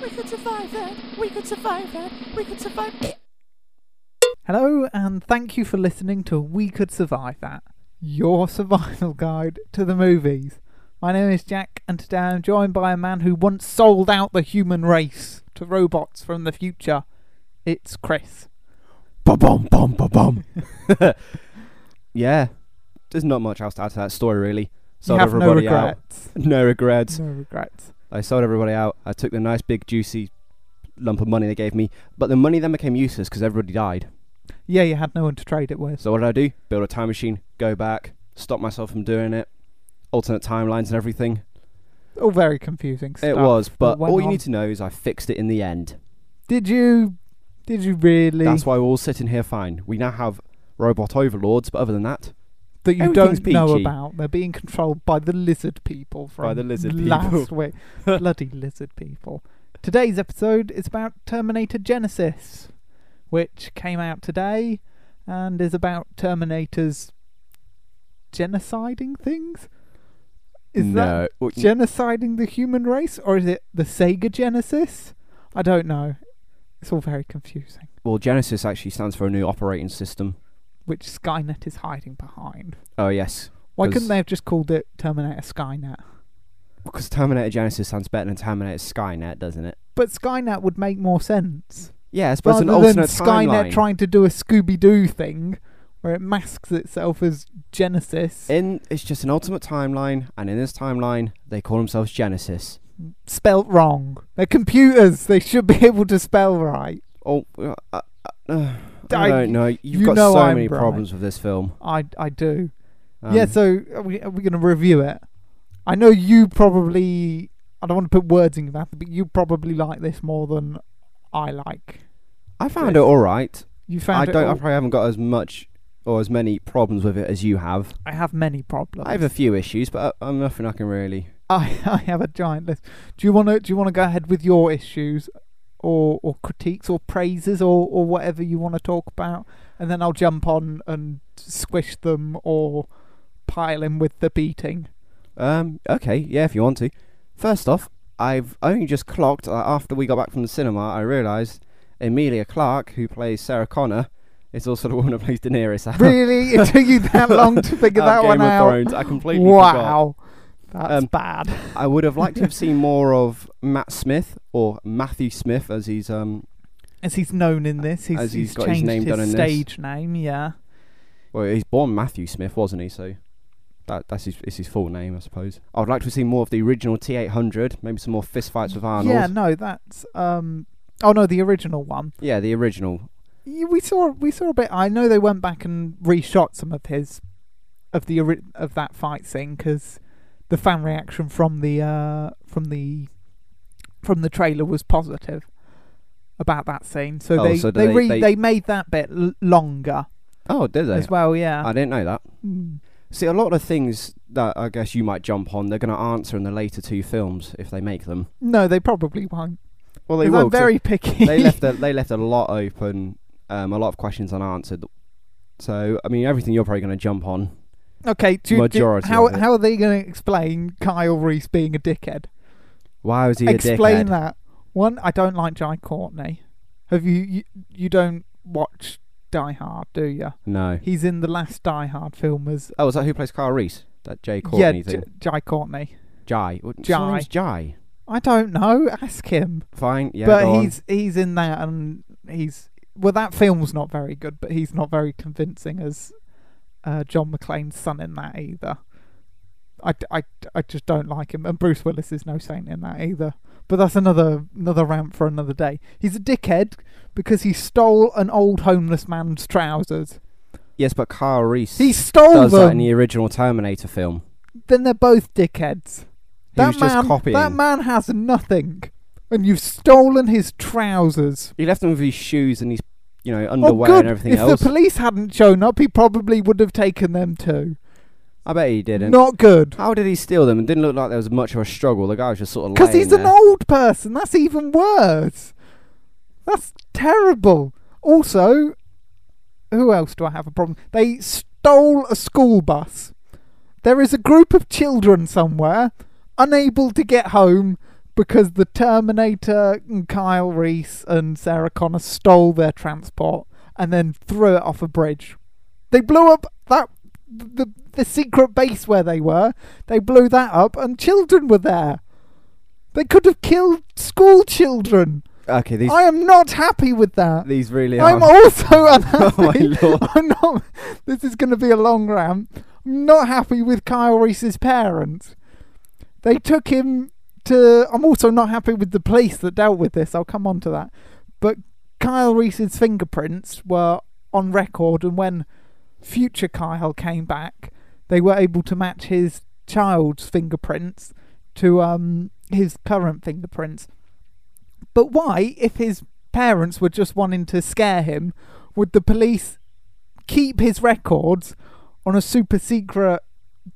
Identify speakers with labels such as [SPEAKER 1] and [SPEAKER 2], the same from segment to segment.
[SPEAKER 1] We could survive that. We could survive that. We could survive.
[SPEAKER 2] Hello, and thank you for listening to We Could Survive That, your survival guide to the movies. My name is Jack, and today I'm joined by a man who once sold out the human race to robots from the future. It's Chris.
[SPEAKER 3] Bum bum bum bum bum. yeah, there's not much else to add to that story really.
[SPEAKER 2] you
[SPEAKER 3] Sold
[SPEAKER 2] have no
[SPEAKER 3] everybody out.
[SPEAKER 2] regrets.
[SPEAKER 3] No regrets.
[SPEAKER 2] No regrets.
[SPEAKER 3] I sold everybody out. I took the nice big juicy lump of money they gave me, but the money then became useless because everybody died.
[SPEAKER 2] Yeah, you had no one to trade it with.
[SPEAKER 3] So what did I do? Build a time machine, go back, stop myself from doing it, alternate timelines and everything.
[SPEAKER 2] All very confusing stuff.
[SPEAKER 3] It was, but
[SPEAKER 2] went
[SPEAKER 3] all you
[SPEAKER 2] on.
[SPEAKER 3] need to know is I fixed it in the end.
[SPEAKER 2] Did you? Did you really?
[SPEAKER 3] That's why we're all sitting here fine. We now have robot overlords, but other than that,
[SPEAKER 2] that you
[SPEAKER 3] everything's
[SPEAKER 2] don't know
[SPEAKER 3] peachy.
[SPEAKER 2] about. They're being controlled by the lizard people from
[SPEAKER 3] By the lizard
[SPEAKER 2] last
[SPEAKER 3] people.
[SPEAKER 2] week. Bloody lizard people. Today's episode is about Terminator Genesis, which came out today and is about Terminators genociding things. Is that
[SPEAKER 3] no. Well,
[SPEAKER 2] genociding the human race or is it the Sega Genesis? I don't know. It's all very confusing.
[SPEAKER 3] well, Genesis actually stands for a new operating system.
[SPEAKER 2] Which Skynet is hiding behind.
[SPEAKER 3] Oh yes,
[SPEAKER 2] Why
[SPEAKER 3] 'Cause-
[SPEAKER 2] couldn't they have just called it Terminator Skynet?
[SPEAKER 3] Because Terminator Genesis sounds better than Terminator Skynet, doesn't it?
[SPEAKER 2] But Skynet would make more sense.
[SPEAKER 3] Yes, but it's an
[SPEAKER 2] Rather
[SPEAKER 3] alternate
[SPEAKER 2] than Skynet
[SPEAKER 3] timeline.
[SPEAKER 2] trying to do a Scooby Doo thing where it masks itself as Genesis,
[SPEAKER 3] in it's just an ultimate timeline, and in this timeline, they call themselves Genesis.
[SPEAKER 2] spelt wrong. They're computers. They should be able to spell right.
[SPEAKER 3] Oh, uh, uh, uh,
[SPEAKER 2] I-
[SPEAKER 3] I don't know. You've
[SPEAKER 2] you
[SPEAKER 3] got
[SPEAKER 2] know
[SPEAKER 3] so
[SPEAKER 2] I'm
[SPEAKER 3] many
[SPEAKER 2] right. uh,
[SPEAKER 3] problems with this film.
[SPEAKER 2] I, I do.
[SPEAKER 3] Um,
[SPEAKER 2] yeah, so are we, are we going to review it? I know you probably. I don't want to put words in your mouth, but you probably like this more than I like.
[SPEAKER 3] I found it all right.
[SPEAKER 2] You
[SPEAKER 3] I
[SPEAKER 2] found it
[SPEAKER 3] don't. I
[SPEAKER 2] all-
[SPEAKER 3] probably haven't got as much or as many problems with it as you have.
[SPEAKER 2] I have many problems.
[SPEAKER 3] I have a few issues, but I, I'm nothing I can really.
[SPEAKER 2] I, I have a giant list. Do you want to do you want to go ahead with your issues, or or critiques, or praises, or or whatever you want to talk about, and then I'll jump on and squish them or pile in with the beating.
[SPEAKER 3] Um. Okay. Yeah. If you want to. First off, I've only just clocked that after we got back from the cinema, I realised Amelia Clark, who plays Sarah Connor, is also the woman who plays Daenerys. out-
[SPEAKER 2] Really, it took you that long to figure that
[SPEAKER 3] out Game
[SPEAKER 2] one
[SPEAKER 3] of
[SPEAKER 2] out?
[SPEAKER 3] Thrones. I completely forgot.
[SPEAKER 2] Wow, that's
[SPEAKER 3] Um,
[SPEAKER 2] bad.
[SPEAKER 3] I would have liked to have seen more of Matt Smith or Matthew Smith, as he's um,
[SPEAKER 2] As he's known in this, he's,
[SPEAKER 3] as
[SPEAKER 2] he's,
[SPEAKER 3] he's got his
[SPEAKER 2] changed
[SPEAKER 3] name done in this.
[SPEAKER 2] stage name. Yeah,
[SPEAKER 3] well, he's born Matthew Smith, wasn't he? So. That, that's his, it's his full name, I suppose. I would like to have seen more of the original T800, maybe some more fistfights with Arnold.
[SPEAKER 2] yeah. No, that's um. Oh no, the original one.
[SPEAKER 3] yeah, the original.
[SPEAKER 2] Yeah, we saw we saw a bit. I know they went back and reshot some of his of the ori- of that fight scene because the fan reaction from the uh, from the from the trailer was positive about that scene. So
[SPEAKER 3] Oh,
[SPEAKER 2] they
[SPEAKER 3] so do
[SPEAKER 2] they,
[SPEAKER 3] they-
[SPEAKER 2] re- they
[SPEAKER 3] they-
[SPEAKER 2] made that bit l- longer
[SPEAKER 3] Oh, did they?
[SPEAKER 2] as well. Yeah.
[SPEAKER 3] I didn't know that.
[SPEAKER 2] Mm.
[SPEAKER 3] See, a lot of things that I guess you might jump on, they're going to answer in the later two films if they make them.
[SPEAKER 2] no, they probably won't.
[SPEAKER 3] Well,
[SPEAKER 2] 'cause I'm very picky.
[SPEAKER 3] they left a, they left a lot open, um, a lot of questions unanswered. So, I mean, everything you're probably going to jump on.
[SPEAKER 2] okay, do, you- do-
[SPEAKER 3] majority
[SPEAKER 2] how
[SPEAKER 3] of it.
[SPEAKER 2] how are they going to explain Kyle Reese being a dickhead?
[SPEAKER 3] Why was he
[SPEAKER 2] explain
[SPEAKER 3] a dickhead?
[SPEAKER 2] that. One, I don't like Jai Courtney. Have you, you you don't watch Die Hard, do you?
[SPEAKER 3] No.
[SPEAKER 2] He's in the last Die Hard film as
[SPEAKER 3] Oh, is that who plays Kyle Reese? That Jay Courtney
[SPEAKER 2] yeah, J-
[SPEAKER 3] thing?
[SPEAKER 2] Jai Courtney.
[SPEAKER 3] Jai. Well, his
[SPEAKER 2] Jai.
[SPEAKER 3] name's Jai.
[SPEAKER 2] I don't know. Ask him.
[SPEAKER 3] Fine, yeah,
[SPEAKER 2] but
[SPEAKER 3] go on.
[SPEAKER 2] he's he's in that, and he's well. That film's not very good, but he's not very convincing as uh, John McClane's son in that either. I, d- I d- I just don't like him, and Bruce Willis is no saint in that either. But that's another another rant for another day. He's a dickhead because he stole an old homeless man's trousers.
[SPEAKER 3] Yes, but Kyle Reese
[SPEAKER 2] He stole
[SPEAKER 3] does that in
[SPEAKER 2] them.
[SPEAKER 3] the original Terminator film.
[SPEAKER 2] then they're both dickheads.
[SPEAKER 3] He
[SPEAKER 2] That
[SPEAKER 3] was
[SPEAKER 2] man,
[SPEAKER 3] just copying.
[SPEAKER 2] that man has nothing, and you've stolen his trousers.
[SPEAKER 3] He left them with his shoes and his, you know,
[SPEAKER 2] Oh,
[SPEAKER 3] underwear
[SPEAKER 2] good.
[SPEAKER 3] and everything
[SPEAKER 2] if
[SPEAKER 3] else.
[SPEAKER 2] the police hadn't shown up, he probably would have taken them too.
[SPEAKER 3] I bet he didn't.
[SPEAKER 2] Not good.
[SPEAKER 3] How did he steal them? It didn't look like there was much of a struggle. The guy was just sort of
[SPEAKER 2] Because
[SPEAKER 3] laying
[SPEAKER 2] he's
[SPEAKER 3] there.
[SPEAKER 2] an old person. That's even worse. That's terrible. Also, who else do I have a problem? They stole a school bus. There is a group of children somewhere, unable to get home, because the Terminator and Kyle Reese and Sarah Connor stole their transport and then threw it off a bridge. They blew up that the the secret base where they were. They blew that up and children were there. They could have killed school children.
[SPEAKER 3] Okay, these
[SPEAKER 2] I am not happy with that.
[SPEAKER 3] these really
[SPEAKER 2] I'm
[SPEAKER 3] are.
[SPEAKER 2] also unhappy.
[SPEAKER 3] Oh my lord!
[SPEAKER 2] I'm not. This is going to be a long rant. I'm not happy with Kyle Reese's parents. They took him to. I'm also not happy with the police that dealt with this. I'll come on to that. But Kyle Reese's fingerprints were on record, and when future Kyle came back, they were able to match his child's fingerprints to um his current fingerprints. But why, if his parents were just wanting to scare him, would the police keep his records on a super secret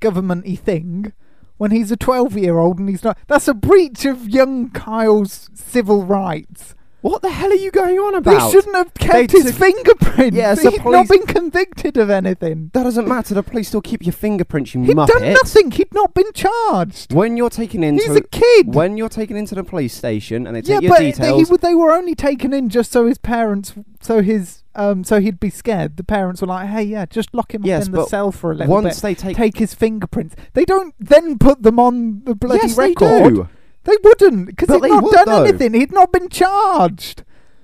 [SPEAKER 2] governmenty thing when he's a 12 year old and he's not? That's a breach of young Kyle's civil rights.
[SPEAKER 3] What the hell are you going on
[SPEAKER 2] They
[SPEAKER 3] about?
[SPEAKER 2] shouldn't have kept
[SPEAKER 3] They
[SPEAKER 2] his
[SPEAKER 3] took-
[SPEAKER 2] fingerprints.
[SPEAKER 3] Yeah, so
[SPEAKER 2] he's not
[SPEAKER 3] police-
[SPEAKER 2] been convicted of anything.
[SPEAKER 3] That doesn't matter. The police still keep your fingerprints, you
[SPEAKER 2] He'd
[SPEAKER 3] muppet.
[SPEAKER 2] done nothing. He'd not been charged.
[SPEAKER 3] When you're taken into
[SPEAKER 2] He's a kid.
[SPEAKER 3] when you're taken into the police station and they
[SPEAKER 2] yeah,
[SPEAKER 3] take your
[SPEAKER 2] but They,
[SPEAKER 3] details,
[SPEAKER 2] he, would- they were only taken in just so his parents, so his, um, so he'd be scared. The parents were like, "Hey, yeah, just lock him
[SPEAKER 3] Yes,
[SPEAKER 2] up in the
[SPEAKER 3] but
[SPEAKER 2] cell for a little
[SPEAKER 3] once
[SPEAKER 2] bit.
[SPEAKER 3] they take,
[SPEAKER 2] take his fingerprints. They don't then put them on the bloody
[SPEAKER 3] yes,
[SPEAKER 2] record.
[SPEAKER 3] they do.
[SPEAKER 2] They wouldn't because
[SPEAKER 3] But
[SPEAKER 2] he'd
[SPEAKER 3] they
[SPEAKER 2] not
[SPEAKER 3] would,
[SPEAKER 2] done
[SPEAKER 3] though.
[SPEAKER 2] anything. He'd not been charged.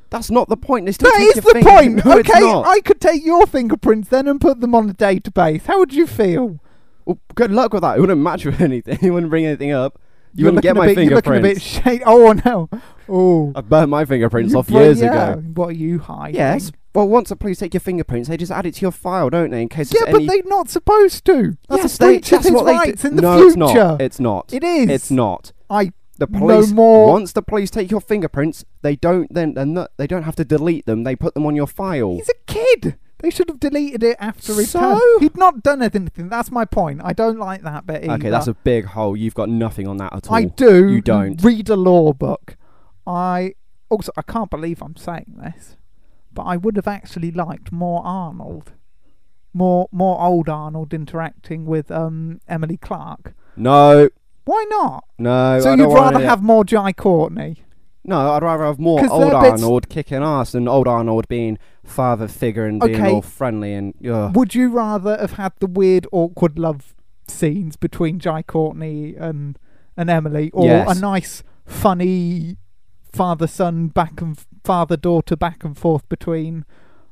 [SPEAKER 3] That's not the point. They still
[SPEAKER 2] That
[SPEAKER 3] take
[SPEAKER 2] is
[SPEAKER 3] your
[SPEAKER 2] the
[SPEAKER 3] finger-
[SPEAKER 2] point.
[SPEAKER 3] No, it's
[SPEAKER 2] okay,
[SPEAKER 3] not.
[SPEAKER 2] I could take your fingerprints then and put them on a database. How would you feel?
[SPEAKER 3] Well, good luck with that. It wouldn't match with anything. It wouldn't bring anything up. You
[SPEAKER 2] You're
[SPEAKER 3] wouldn't get
[SPEAKER 2] looking a
[SPEAKER 3] my
[SPEAKER 2] bit- You're looking a bit shady.
[SPEAKER 3] fingerprints.
[SPEAKER 2] Oh no. Oh.
[SPEAKER 3] I burned my fingerprints
[SPEAKER 2] You
[SPEAKER 3] off
[SPEAKER 2] bro-
[SPEAKER 3] years
[SPEAKER 2] yeah.
[SPEAKER 3] ago.
[SPEAKER 2] What are you hiding?
[SPEAKER 3] Yes. Well, once the police take your fingerprints, they just add it to your file, don't they? In case
[SPEAKER 2] Yeah,
[SPEAKER 3] it's
[SPEAKER 2] but
[SPEAKER 3] any.
[SPEAKER 2] they're not supposed to. That's
[SPEAKER 3] yes,
[SPEAKER 2] a
[SPEAKER 3] they,
[SPEAKER 2] breach
[SPEAKER 3] that's
[SPEAKER 2] of his
[SPEAKER 3] what
[SPEAKER 2] rights
[SPEAKER 3] they do.
[SPEAKER 2] in the
[SPEAKER 3] no,
[SPEAKER 2] future.
[SPEAKER 3] it's not. It's not.
[SPEAKER 2] It is.
[SPEAKER 3] It's not.
[SPEAKER 2] I
[SPEAKER 3] The
[SPEAKER 2] No
[SPEAKER 3] police.
[SPEAKER 2] more-
[SPEAKER 3] Once the police take your fingerprints, they don't then they're not, they don't have to delete them. They put them on your file.
[SPEAKER 2] He's a kid. They should have deleted it after his
[SPEAKER 3] So?
[SPEAKER 2] term. He'd not done anything. That's my point. I don't like that bit either.
[SPEAKER 3] Okay, that's a big hole. You've got nothing on that at all.
[SPEAKER 2] I do.
[SPEAKER 3] You don't.
[SPEAKER 2] read a law book. I also I can't believe I'm saying this, but I would have actually liked more Arnold, more more old Arnold interacting with um Emily Clark.
[SPEAKER 3] No,
[SPEAKER 2] Why not?
[SPEAKER 3] no.
[SPEAKER 2] so
[SPEAKER 3] Oh, I
[SPEAKER 2] you'd
[SPEAKER 3] don't want
[SPEAKER 2] rather
[SPEAKER 3] any-
[SPEAKER 2] have more Jai Courtney.
[SPEAKER 3] No, I'd rather have more
[SPEAKER 2] 'Cause
[SPEAKER 3] old
[SPEAKER 2] they're bits-
[SPEAKER 3] Arnold kicking ass than old Arnold being father figure and being
[SPEAKER 2] Okay.
[SPEAKER 3] all friendly and ugh.
[SPEAKER 2] Would you rather have had the weird, awkward love scenes between Jai Courtney and and Emily, or
[SPEAKER 3] Yes.
[SPEAKER 2] a nice, funny father-son back and father-daughter back and forth between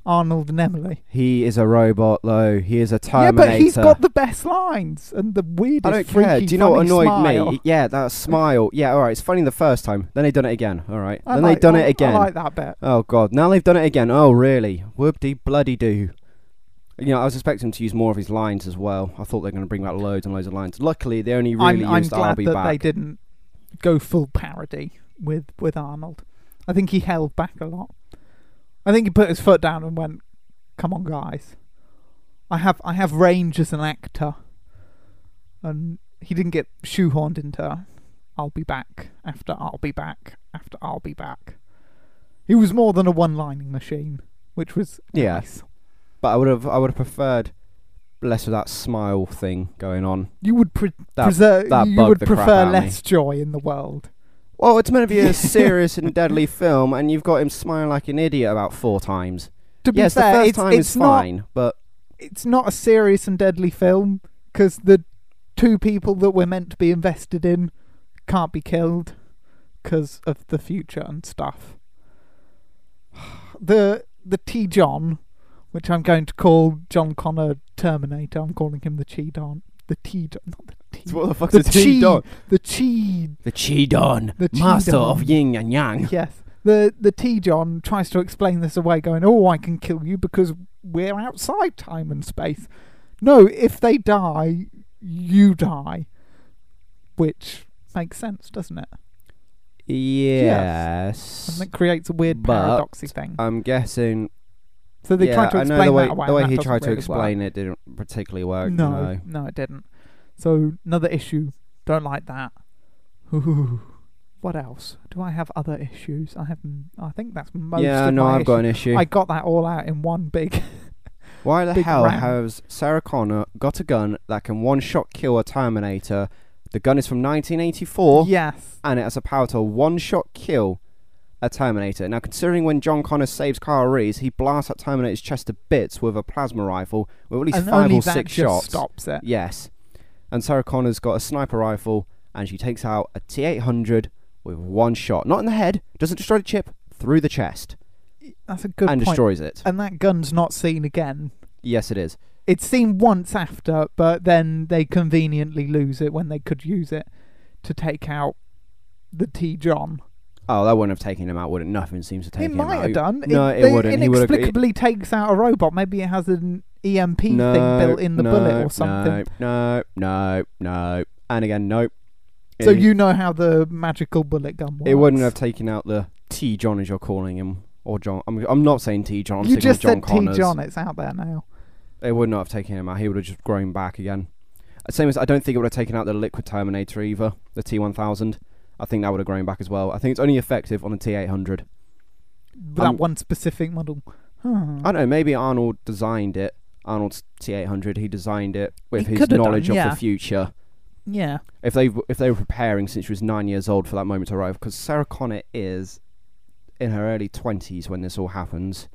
[SPEAKER 2] Arnold and Emily?
[SPEAKER 3] He is a robot, though. He is a Terminator.
[SPEAKER 2] Yeah, but he's got the best lines and the weirdest.
[SPEAKER 3] I don't
[SPEAKER 2] freaky,
[SPEAKER 3] care. Do you know
[SPEAKER 2] funny
[SPEAKER 3] what annoyed
[SPEAKER 2] smile.
[SPEAKER 3] me? Yeah, that smile. Yeah, all right. It's funny the first time. Then they done it again. All right.
[SPEAKER 2] I
[SPEAKER 3] then
[SPEAKER 2] like-
[SPEAKER 3] they done
[SPEAKER 2] I-
[SPEAKER 3] it again.
[SPEAKER 2] I like that bit.
[SPEAKER 3] Oh god, now they've done it again. Oh really? Whoop de bloody do. You know, I was expecting him to use more of his lines as well. I thought they were going to bring out loads and loads of lines. Luckily, they only really
[SPEAKER 2] I'm, I'm
[SPEAKER 3] used "I'll
[SPEAKER 2] glad
[SPEAKER 3] be
[SPEAKER 2] that they
[SPEAKER 3] back."
[SPEAKER 2] didn't go full parody with with Arnold. I think he held back a lot. I think he put his foot down and went, "Come on, guys, I have I have range as an actor," and he didn't get shoehorned into "I'll be back" after "I'll be back" after "I'll be back." He was more than a one-lining machine, which was
[SPEAKER 3] Yeah.
[SPEAKER 2] nice.
[SPEAKER 3] But I would have, I would have preferred less of that smile thing going on.
[SPEAKER 2] You would pre-
[SPEAKER 3] That-
[SPEAKER 2] preser-
[SPEAKER 3] that
[SPEAKER 2] you
[SPEAKER 3] bugged
[SPEAKER 2] would
[SPEAKER 3] the crap
[SPEAKER 2] prefer
[SPEAKER 3] out of me.
[SPEAKER 2] less joy in the world.
[SPEAKER 3] Well, it's meant to be a serious and deadly film, and you've got him smiling like an idiot about four times.
[SPEAKER 2] To be
[SPEAKER 3] yes,
[SPEAKER 2] fair,
[SPEAKER 3] the first
[SPEAKER 2] it's,
[SPEAKER 3] time
[SPEAKER 2] it's
[SPEAKER 3] is
[SPEAKER 2] not
[SPEAKER 3] fine, but
[SPEAKER 2] it's not a serious and deadly film because the two people that we're meant to be invested in can't be killed because of the future and stuff. The the T John, which I'm going to call John Connor Terminator. I'm calling him the Chi Don. The T Don, not the T.
[SPEAKER 3] what the fuck's
[SPEAKER 2] The
[SPEAKER 3] a chi don?
[SPEAKER 2] Chi. The Chi
[SPEAKER 3] The chi don,
[SPEAKER 2] The Chi
[SPEAKER 3] master
[SPEAKER 2] Don.
[SPEAKER 3] of yin and yang.
[SPEAKER 2] Yes. The the T John tries to explain this away, going, Oh, I can kill you because we're outside time and space. No, if they die, you die. Which makes sense, doesn't it?
[SPEAKER 3] Yes.
[SPEAKER 2] And it creates a weird
[SPEAKER 3] But-
[SPEAKER 2] paradoxy thing.
[SPEAKER 3] I'm guessing
[SPEAKER 2] So they
[SPEAKER 3] yeah,
[SPEAKER 2] tried to
[SPEAKER 3] I
[SPEAKER 2] explain
[SPEAKER 3] know the way,
[SPEAKER 2] that away.
[SPEAKER 3] the
[SPEAKER 2] and
[SPEAKER 3] way
[SPEAKER 2] that
[SPEAKER 3] he
[SPEAKER 2] doesn't
[SPEAKER 3] tried to
[SPEAKER 2] really
[SPEAKER 3] explain it didn't particularly
[SPEAKER 2] work.
[SPEAKER 3] work.
[SPEAKER 2] No,
[SPEAKER 3] No.
[SPEAKER 2] no, it didn't. So another issue. Don't like that. Ooh. What else? Do I have other issues? I have. I think that's most.
[SPEAKER 3] yeah,
[SPEAKER 2] of
[SPEAKER 3] no,
[SPEAKER 2] my
[SPEAKER 3] I've
[SPEAKER 2] issues.
[SPEAKER 3] got an issue.
[SPEAKER 2] I got that all out in one big
[SPEAKER 3] Why the
[SPEAKER 2] big
[SPEAKER 3] hell
[SPEAKER 2] round.
[SPEAKER 3] has Sarah Connor got a gun that can one shot kill a Terminator The gun is from 1984
[SPEAKER 2] Yes.
[SPEAKER 3] and it has a power to one shot kill a Terminator. Now, considering when John Connor saves Kyle Reese, he blasts that Terminator's chest to bits with a plasma rifle with at least
[SPEAKER 2] And
[SPEAKER 3] five
[SPEAKER 2] only
[SPEAKER 3] or
[SPEAKER 2] that
[SPEAKER 3] six
[SPEAKER 2] just
[SPEAKER 3] shots.
[SPEAKER 2] stops it.
[SPEAKER 3] Yes. And Sarah Connor's got a sniper rifle and she takes out a T 800 with one shot. Not in the head, doesn't destroy the chip, through the chest
[SPEAKER 2] That's a good
[SPEAKER 3] and
[SPEAKER 2] point.
[SPEAKER 3] destroys it.
[SPEAKER 2] And that gun's not seen again.
[SPEAKER 3] yes, it is.
[SPEAKER 2] It's seen once after, but then they conveniently lose it when they could use it to take out the T John.
[SPEAKER 3] Oh, that wouldn't have taken him out, would it? Nothing seems to take
[SPEAKER 2] It
[SPEAKER 3] him
[SPEAKER 2] might
[SPEAKER 3] out.
[SPEAKER 2] have done.
[SPEAKER 3] No, it,
[SPEAKER 2] they
[SPEAKER 3] wouldn't. He would have-
[SPEAKER 2] Inexplicably takes out a robot. Maybe it has an EMP thing built in the bullet or something.
[SPEAKER 3] No, no, no, no. And again, nope.
[SPEAKER 2] So
[SPEAKER 3] It-
[SPEAKER 2] you know how the magical bullet gun works.
[SPEAKER 3] It wouldn't have taken out the T John as you're calling him. Or John. I'm, I'm not saying T John. I'm
[SPEAKER 2] you
[SPEAKER 3] sticking
[SPEAKER 2] just
[SPEAKER 3] with John
[SPEAKER 2] said T
[SPEAKER 3] Connors.
[SPEAKER 2] John. It's out there now.
[SPEAKER 3] It would not have taken him out. He would have just grown back again. Uh, Same as I don't think it would have taken out the liquid Terminator either, the T1000. I think that would have grown back as well. I think it's only effective on the T800.
[SPEAKER 2] That
[SPEAKER 3] Um,
[SPEAKER 2] one specific model. Hmm.
[SPEAKER 3] I don't know. Maybe Arnold designed it. Arnold's T800. He designed it with
[SPEAKER 2] He
[SPEAKER 3] his
[SPEAKER 2] could have
[SPEAKER 3] knowledge
[SPEAKER 2] done,
[SPEAKER 3] of
[SPEAKER 2] yeah.
[SPEAKER 3] the future.
[SPEAKER 2] Yeah.
[SPEAKER 3] If they if they were preparing since she was nine years old for that moment to arrive, because Sarah Connor is in her early twenties when this all happens.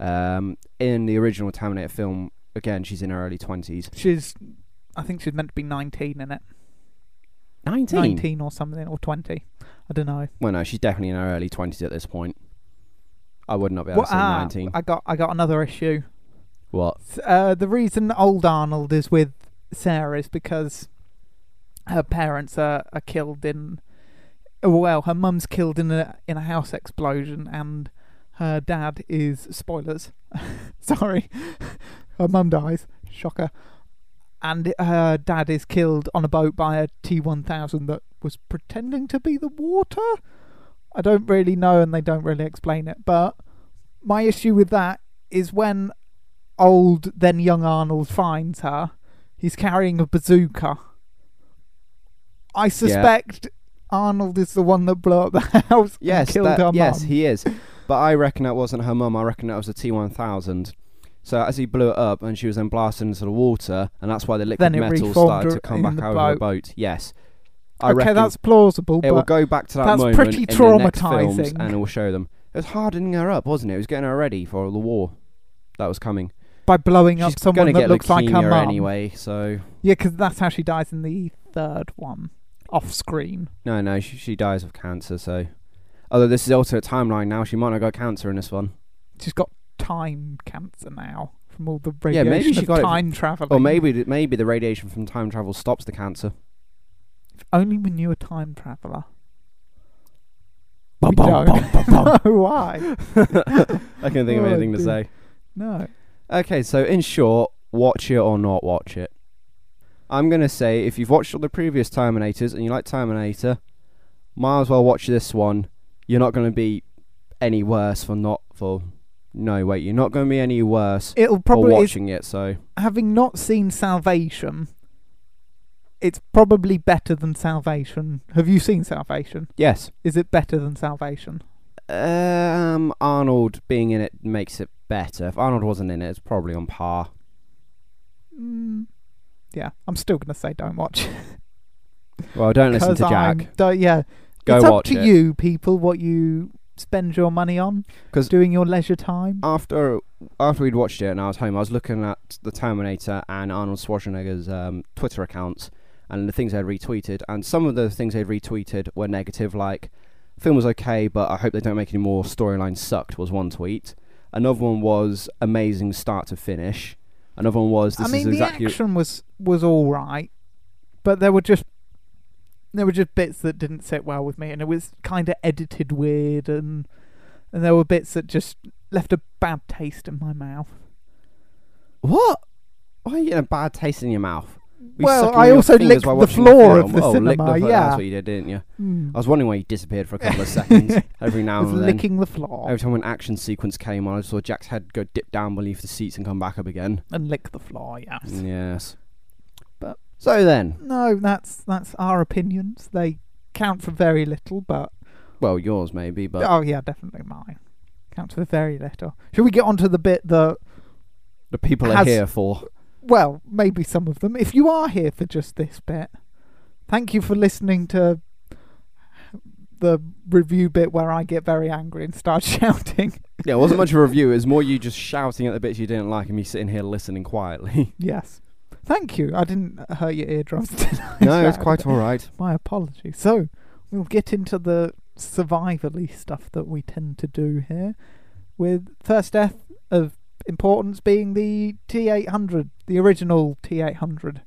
[SPEAKER 3] Um, in the original Terminator film, again, she's in her early twenties.
[SPEAKER 2] She's. I think she's meant to be 19 in it.
[SPEAKER 3] Nineteen.
[SPEAKER 2] 19 or something, or 20. I don't know.
[SPEAKER 3] Well, no, she's definitely in her early twenties at this point. I would not be able to say
[SPEAKER 2] Ah.
[SPEAKER 3] nineteen.
[SPEAKER 2] I got I got another issue.
[SPEAKER 3] what?
[SPEAKER 2] S- Uh, the reason old Arnold is with Sarah is because her parents are, are killed in. Well, her mum's killed in a in a house explosion, and her dad is spoilers. Sorry, her mum dies. Shocker. And her dad is killed on a boat by a T one thousand that was pretending to be the water. I don't really know, and they don't really explain it. But my issue with that is when old then young Arnold finds her, he's carrying a bazooka. I suspect Arnold is the one that blew up the house
[SPEAKER 3] Yes,
[SPEAKER 2] and killed
[SPEAKER 3] that-
[SPEAKER 2] her
[SPEAKER 3] yes,
[SPEAKER 2] mum.
[SPEAKER 3] he is. But I reckon that wasn't her mum. I reckon that was a T1000. So as he blew it up, and she was then blasted into the water, and that's why the liquid
[SPEAKER 2] Then it
[SPEAKER 3] metal
[SPEAKER 2] reformed
[SPEAKER 3] started
[SPEAKER 2] her
[SPEAKER 3] to come
[SPEAKER 2] in
[SPEAKER 3] back
[SPEAKER 2] the
[SPEAKER 3] out of her boat. Yes, I
[SPEAKER 2] okay,
[SPEAKER 3] reckon
[SPEAKER 2] that's plausible,
[SPEAKER 3] it will
[SPEAKER 2] but
[SPEAKER 3] go back to that
[SPEAKER 2] that's
[SPEAKER 3] moment
[SPEAKER 2] pretty
[SPEAKER 3] in the next films,
[SPEAKER 2] traumatising.
[SPEAKER 3] and it will show them. It was hardening her up, wasn't it? It was getting her ready for the war that was coming.
[SPEAKER 2] by blowing up
[SPEAKER 3] She's
[SPEAKER 2] someone
[SPEAKER 3] gonna
[SPEAKER 2] that
[SPEAKER 3] get
[SPEAKER 2] looks like her
[SPEAKER 3] leukemia
[SPEAKER 2] mum.
[SPEAKER 3] anyway, so
[SPEAKER 2] Yeah, because that's how she dies in the third one, off screen.
[SPEAKER 3] No, no, she, she dies of cancer. So, although this is alternate timeline now, she might not got cancer in this one,
[SPEAKER 2] She's got time cancer now from all the
[SPEAKER 3] Yeah,
[SPEAKER 2] radiation
[SPEAKER 3] maybe she
[SPEAKER 2] of
[SPEAKER 3] got it-
[SPEAKER 2] time travel.
[SPEAKER 3] or maybe th- maybe the radiation from time travel stops the cancer.
[SPEAKER 2] if only we knew a time traveler.
[SPEAKER 3] Bum,
[SPEAKER 2] we
[SPEAKER 3] bum,
[SPEAKER 2] don't. Why?
[SPEAKER 3] I can't think
[SPEAKER 2] Oh,
[SPEAKER 3] of anything to
[SPEAKER 2] dear.
[SPEAKER 3] say.
[SPEAKER 2] No.
[SPEAKER 3] Okay, so in short, watch it or not watch it. I'm gonna say if you've watched all the previous Terminators and you like Terminator, might as well watch this one. You're not gonna be any worse for not for. No, wait, you're not gonna be any worse
[SPEAKER 2] It'll
[SPEAKER 3] for
[SPEAKER 2] probably it's
[SPEAKER 3] watching it. So
[SPEAKER 2] having not seen Salvation, it's probably better than Salvation. Have you seen Salvation?
[SPEAKER 3] yes.
[SPEAKER 2] Is it better than Salvation?
[SPEAKER 3] Um, Arnold being in it makes it better. If Arnold wasn't in it, it's probably on par.
[SPEAKER 2] Mm, yeah, I'm still gonna say don't watch.
[SPEAKER 3] Well, don't listen
[SPEAKER 2] 'cause
[SPEAKER 3] to Jack.
[SPEAKER 2] I'm- don't- yeah,
[SPEAKER 3] Go
[SPEAKER 2] it's up
[SPEAKER 3] watch
[SPEAKER 2] to
[SPEAKER 3] it.
[SPEAKER 2] you, people, what you spend your money on.
[SPEAKER 3] 'Cause-
[SPEAKER 2] doing your leisure time.
[SPEAKER 3] After after we'd watched it and I was home, I was looking at the Terminator and Arnold Schwarzenegger's um, Twitter accounts and the things they'd retweeted. And some of the things they'd retweeted were negative, like film was okay, but I hope they don't make any more. Storyline sucked was one tweet. Another one was amazing start to finish. Another one was this
[SPEAKER 2] I mean,
[SPEAKER 3] is exactly
[SPEAKER 2] the action was was all right, but there were just there were just bits that didn't sit well with me, and it was kind of edited weird, and and there were bits that just left a bad taste in my mouth.
[SPEAKER 3] What? Why are you getting a bad taste in your mouth? Were you
[SPEAKER 2] Well,
[SPEAKER 3] sucking
[SPEAKER 2] I
[SPEAKER 3] on your
[SPEAKER 2] also
[SPEAKER 3] fingers
[SPEAKER 2] licked
[SPEAKER 3] while
[SPEAKER 2] the
[SPEAKER 3] watching
[SPEAKER 2] floor
[SPEAKER 3] film?
[SPEAKER 2] of the
[SPEAKER 3] oh, licked
[SPEAKER 2] cinema,
[SPEAKER 3] floor,
[SPEAKER 2] yeah.
[SPEAKER 3] That's what you did, didn't you?
[SPEAKER 2] Mm.
[SPEAKER 3] I was wondering why you disappeared for a couple of seconds every now
[SPEAKER 2] I was
[SPEAKER 3] and then.
[SPEAKER 2] licking the floor
[SPEAKER 3] Every time an action sequence came on, I saw Jack's head go dip down beneath the seats and come back up again.
[SPEAKER 2] and lick the floor. Yes.
[SPEAKER 3] Mm. Yes.
[SPEAKER 2] But-
[SPEAKER 3] so then,
[SPEAKER 2] No, that's that's our opinions. They count for very little, but,
[SPEAKER 3] well, yours maybe, but
[SPEAKER 2] oh yeah, definitely mine counts for very little. Should we get on to the bit that
[SPEAKER 3] the people are
[SPEAKER 2] has-
[SPEAKER 3] here for.
[SPEAKER 2] Well, maybe some of them. If you are here for just this bit, Thank you for listening to the review bit where I get very angry and start shouting.
[SPEAKER 3] Yeah, it wasn't much of a review. It was more you just shouting at the bits you didn't like and me sitting here listening quietly.
[SPEAKER 2] yes. Thank you. I didn't hurt your eardrums. Did I?
[SPEAKER 3] no, it's quite all right.
[SPEAKER 2] My apologies. So, we'll get into the survivally stuff that we tend to do here, with first death of importance being the T800, the original T800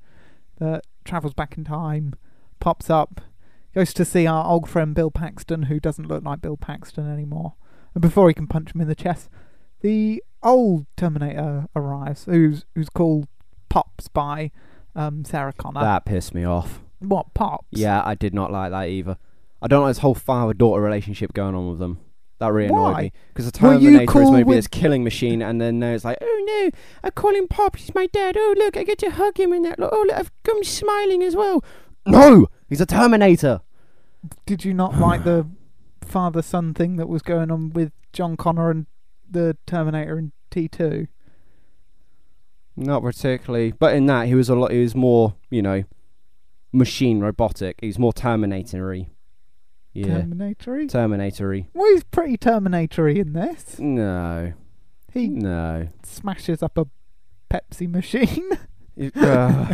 [SPEAKER 2] that travels back in time, pops up, goes to see our old friend Bill Paxton, who doesn't look like Bill Paxton anymore. And before he can punch him in the chest, the old Terminator arrives, who's who's called Pops by um, Sarah Connor.
[SPEAKER 3] That pissed me off.
[SPEAKER 2] What pops?
[SPEAKER 3] Yeah, I did not like that either. I don't like this whole father-daughter relationship going on with them. That really annoyed
[SPEAKER 2] Why?
[SPEAKER 3] me because the
[SPEAKER 2] Were you
[SPEAKER 3] Terminator is
[SPEAKER 2] cool
[SPEAKER 3] maybe
[SPEAKER 2] with-
[SPEAKER 3] this killing machine, and then there's like, oh no, I call him Pop. He's my dad. Oh look, I get to hug him and that. Look, oh look, I've come smiling as well. No, he's a Terminator.
[SPEAKER 2] Did you not like the father son thing that was going on with John Connor and the Terminator in T2?
[SPEAKER 3] Not particularly, but in that he was a lot. He was more, you know, machine robotic. He was more Terminatory. Yeah,
[SPEAKER 2] Terminatory?
[SPEAKER 3] Terminatory.
[SPEAKER 2] Well, he's pretty Terminatory in this.
[SPEAKER 3] No,
[SPEAKER 2] He
[SPEAKER 3] no.
[SPEAKER 2] smashes up a Pepsi machine.
[SPEAKER 3] Uh,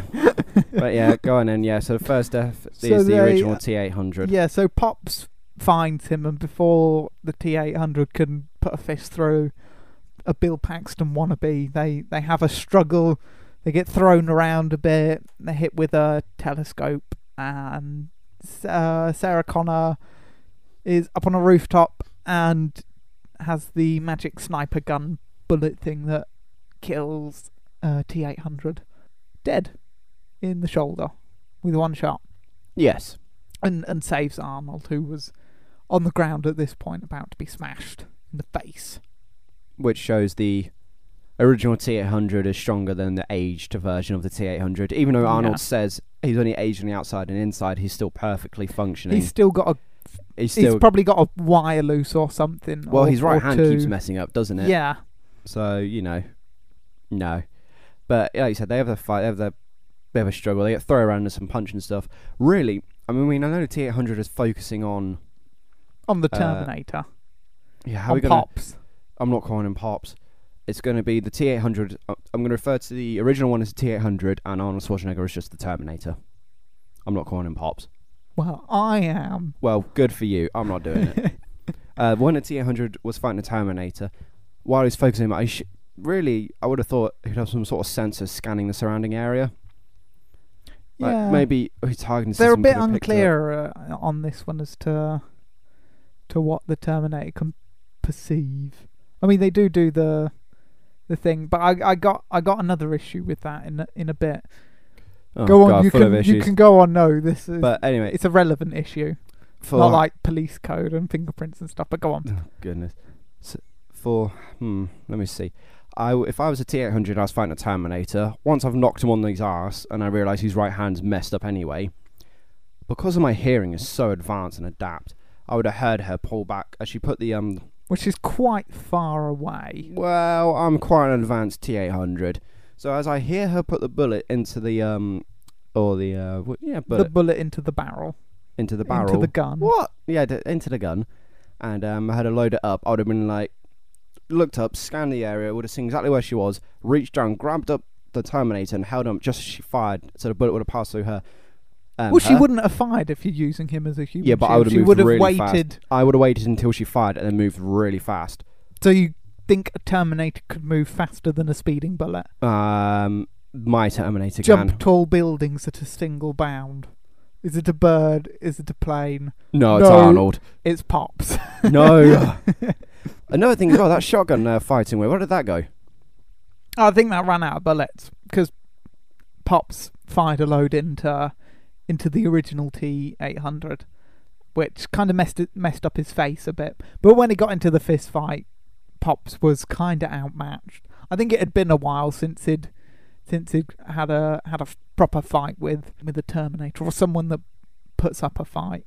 [SPEAKER 3] but yeah, go on then. Yeah, so the first death
[SPEAKER 2] So
[SPEAKER 3] is the
[SPEAKER 2] they- uh,
[SPEAKER 3] original T eight hundred.
[SPEAKER 2] yeah, so Pops finds him, and before the T800 can put a fist through a Bill Paxton wannabe, they, they have a struggle. They get thrown around a bit. They're hit with a telescope, and uh, Sarah Connor is up on a rooftop and has the magic sniper gun bullet thing that kills uh, T800 dead in the shoulder with one shot
[SPEAKER 3] Yes.
[SPEAKER 2] and and saves Arnold, who was on the ground at this point, about to be smashed in the face.
[SPEAKER 3] Which shows the original T eight hundred is stronger than the aged version of the T eight hundred. Even though Arnold
[SPEAKER 2] Yeah.
[SPEAKER 3] says he's only aged on the outside and inside, he's still perfectly functioning.
[SPEAKER 2] He's
[SPEAKER 3] He's,
[SPEAKER 2] still got a.
[SPEAKER 3] still
[SPEAKER 2] he's probably got a wire loose or something.
[SPEAKER 3] well,
[SPEAKER 2] or-
[SPEAKER 3] his right
[SPEAKER 2] or
[SPEAKER 3] hand
[SPEAKER 2] two.
[SPEAKER 3] keeps messing up, doesn't it?
[SPEAKER 2] Yeah,
[SPEAKER 3] So you know, no. But like you said, they have their fight, they have their they have a struggle. They get thrown around and some punch and stuff. Really, I mean, I know the T eight hundred is focusing on.
[SPEAKER 2] on the
[SPEAKER 3] Uh,
[SPEAKER 2] Terminator,
[SPEAKER 3] Yeah, how
[SPEAKER 2] on
[SPEAKER 3] are we gonna?
[SPEAKER 2] Pops.
[SPEAKER 3] I'm not calling him Pops. It's going to be the T800. Uh, I'm going to refer to the original one as the T800, and Arnold Schwarzenegger is just the Terminator. I'm not calling him Pops.
[SPEAKER 2] Well, I am.
[SPEAKER 3] Well, good for you. I'm not doing it. uh, when the T800 was fighting the Terminator, while he's focusing him, I sh- really, I would have thought he'd have some sort of sensor scanning the surrounding area. Like
[SPEAKER 2] yeah,
[SPEAKER 3] maybe his targeting
[SPEAKER 2] they're a
[SPEAKER 3] system
[SPEAKER 2] bit
[SPEAKER 3] could have picked it up.
[SPEAKER 2] unclear uh, on this one as to to what the Terminator can perceive. I mean, they do do the the thing, but I, I got I got another issue with that in a, in a bit.
[SPEAKER 3] Oh,
[SPEAKER 2] go on,
[SPEAKER 3] God,
[SPEAKER 2] you
[SPEAKER 3] full of
[SPEAKER 2] can you
[SPEAKER 3] issues.
[SPEAKER 2] can go on. No, this is
[SPEAKER 3] But anyway,
[SPEAKER 2] it's a relevant issue,
[SPEAKER 3] for
[SPEAKER 2] not like police code and fingerprints and stuff. But go on.
[SPEAKER 3] Oh, goodness. S for hmm, let me see. I w- if I was a T eight hundred, I was fighting a Terminator. Once I've knocked him on his ass, and I realise his right hand's messed up anyway. Because of my hearing is so advanced and adapt, I would have heard her pull back as she put the um.
[SPEAKER 2] Which is quite far away.
[SPEAKER 3] Well, I'm quite an advanced T eight hundred, so as I hear her put the bullet into the um, or the uh, w- yeah, bullet
[SPEAKER 2] the bullet into the barrel,
[SPEAKER 3] into the barrel,
[SPEAKER 2] into the gun.
[SPEAKER 3] what? Yeah, d- into the gun, and um, I had to load it up. I would have been like, looked up, scanned the area, would have seen exactly where she was, reached down, grabbed up the Terminator, and held him just as she fired, so the bullet would have passed through her. Um,
[SPEAKER 2] Well, she
[SPEAKER 3] her.
[SPEAKER 2] wouldn't have fired if you're using him as a human.
[SPEAKER 3] Yeah, but I
[SPEAKER 2] shield.
[SPEAKER 3] would've
[SPEAKER 2] She
[SPEAKER 3] moved
[SPEAKER 2] would have
[SPEAKER 3] really fast.
[SPEAKER 2] waited.
[SPEAKER 3] I would have waited until she fired and then moved really fast.
[SPEAKER 2] So you think a Terminator could move faster than a speeding bullet?
[SPEAKER 3] Um, my Terminator
[SPEAKER 2] Jump
[SPEAKER 3] can.
[SPEAKER 2] tall buildings at a single bound. Is it a bird? Is it a plane?
[SPEAKER 3] No, it's
[SPEAKER 2] No.
[SPEAKER 3] Arnold.
[SPEAKER 2] It's pops.
[SPEAKER 3] No. Another thing as well, that shotgun they're fighting with. Where did that go?
[SPEAKER 2] I think that ran out of bullets because Pops fired a load into into the original T eight hundred, which kind of messed it, messed up his face a bit. But when it got into the fist fight, Pops was kind of outmatched. I think it had been a while since he'd since he'd had a had a f- proper fight with with a Terminator or someone that puts up a fight.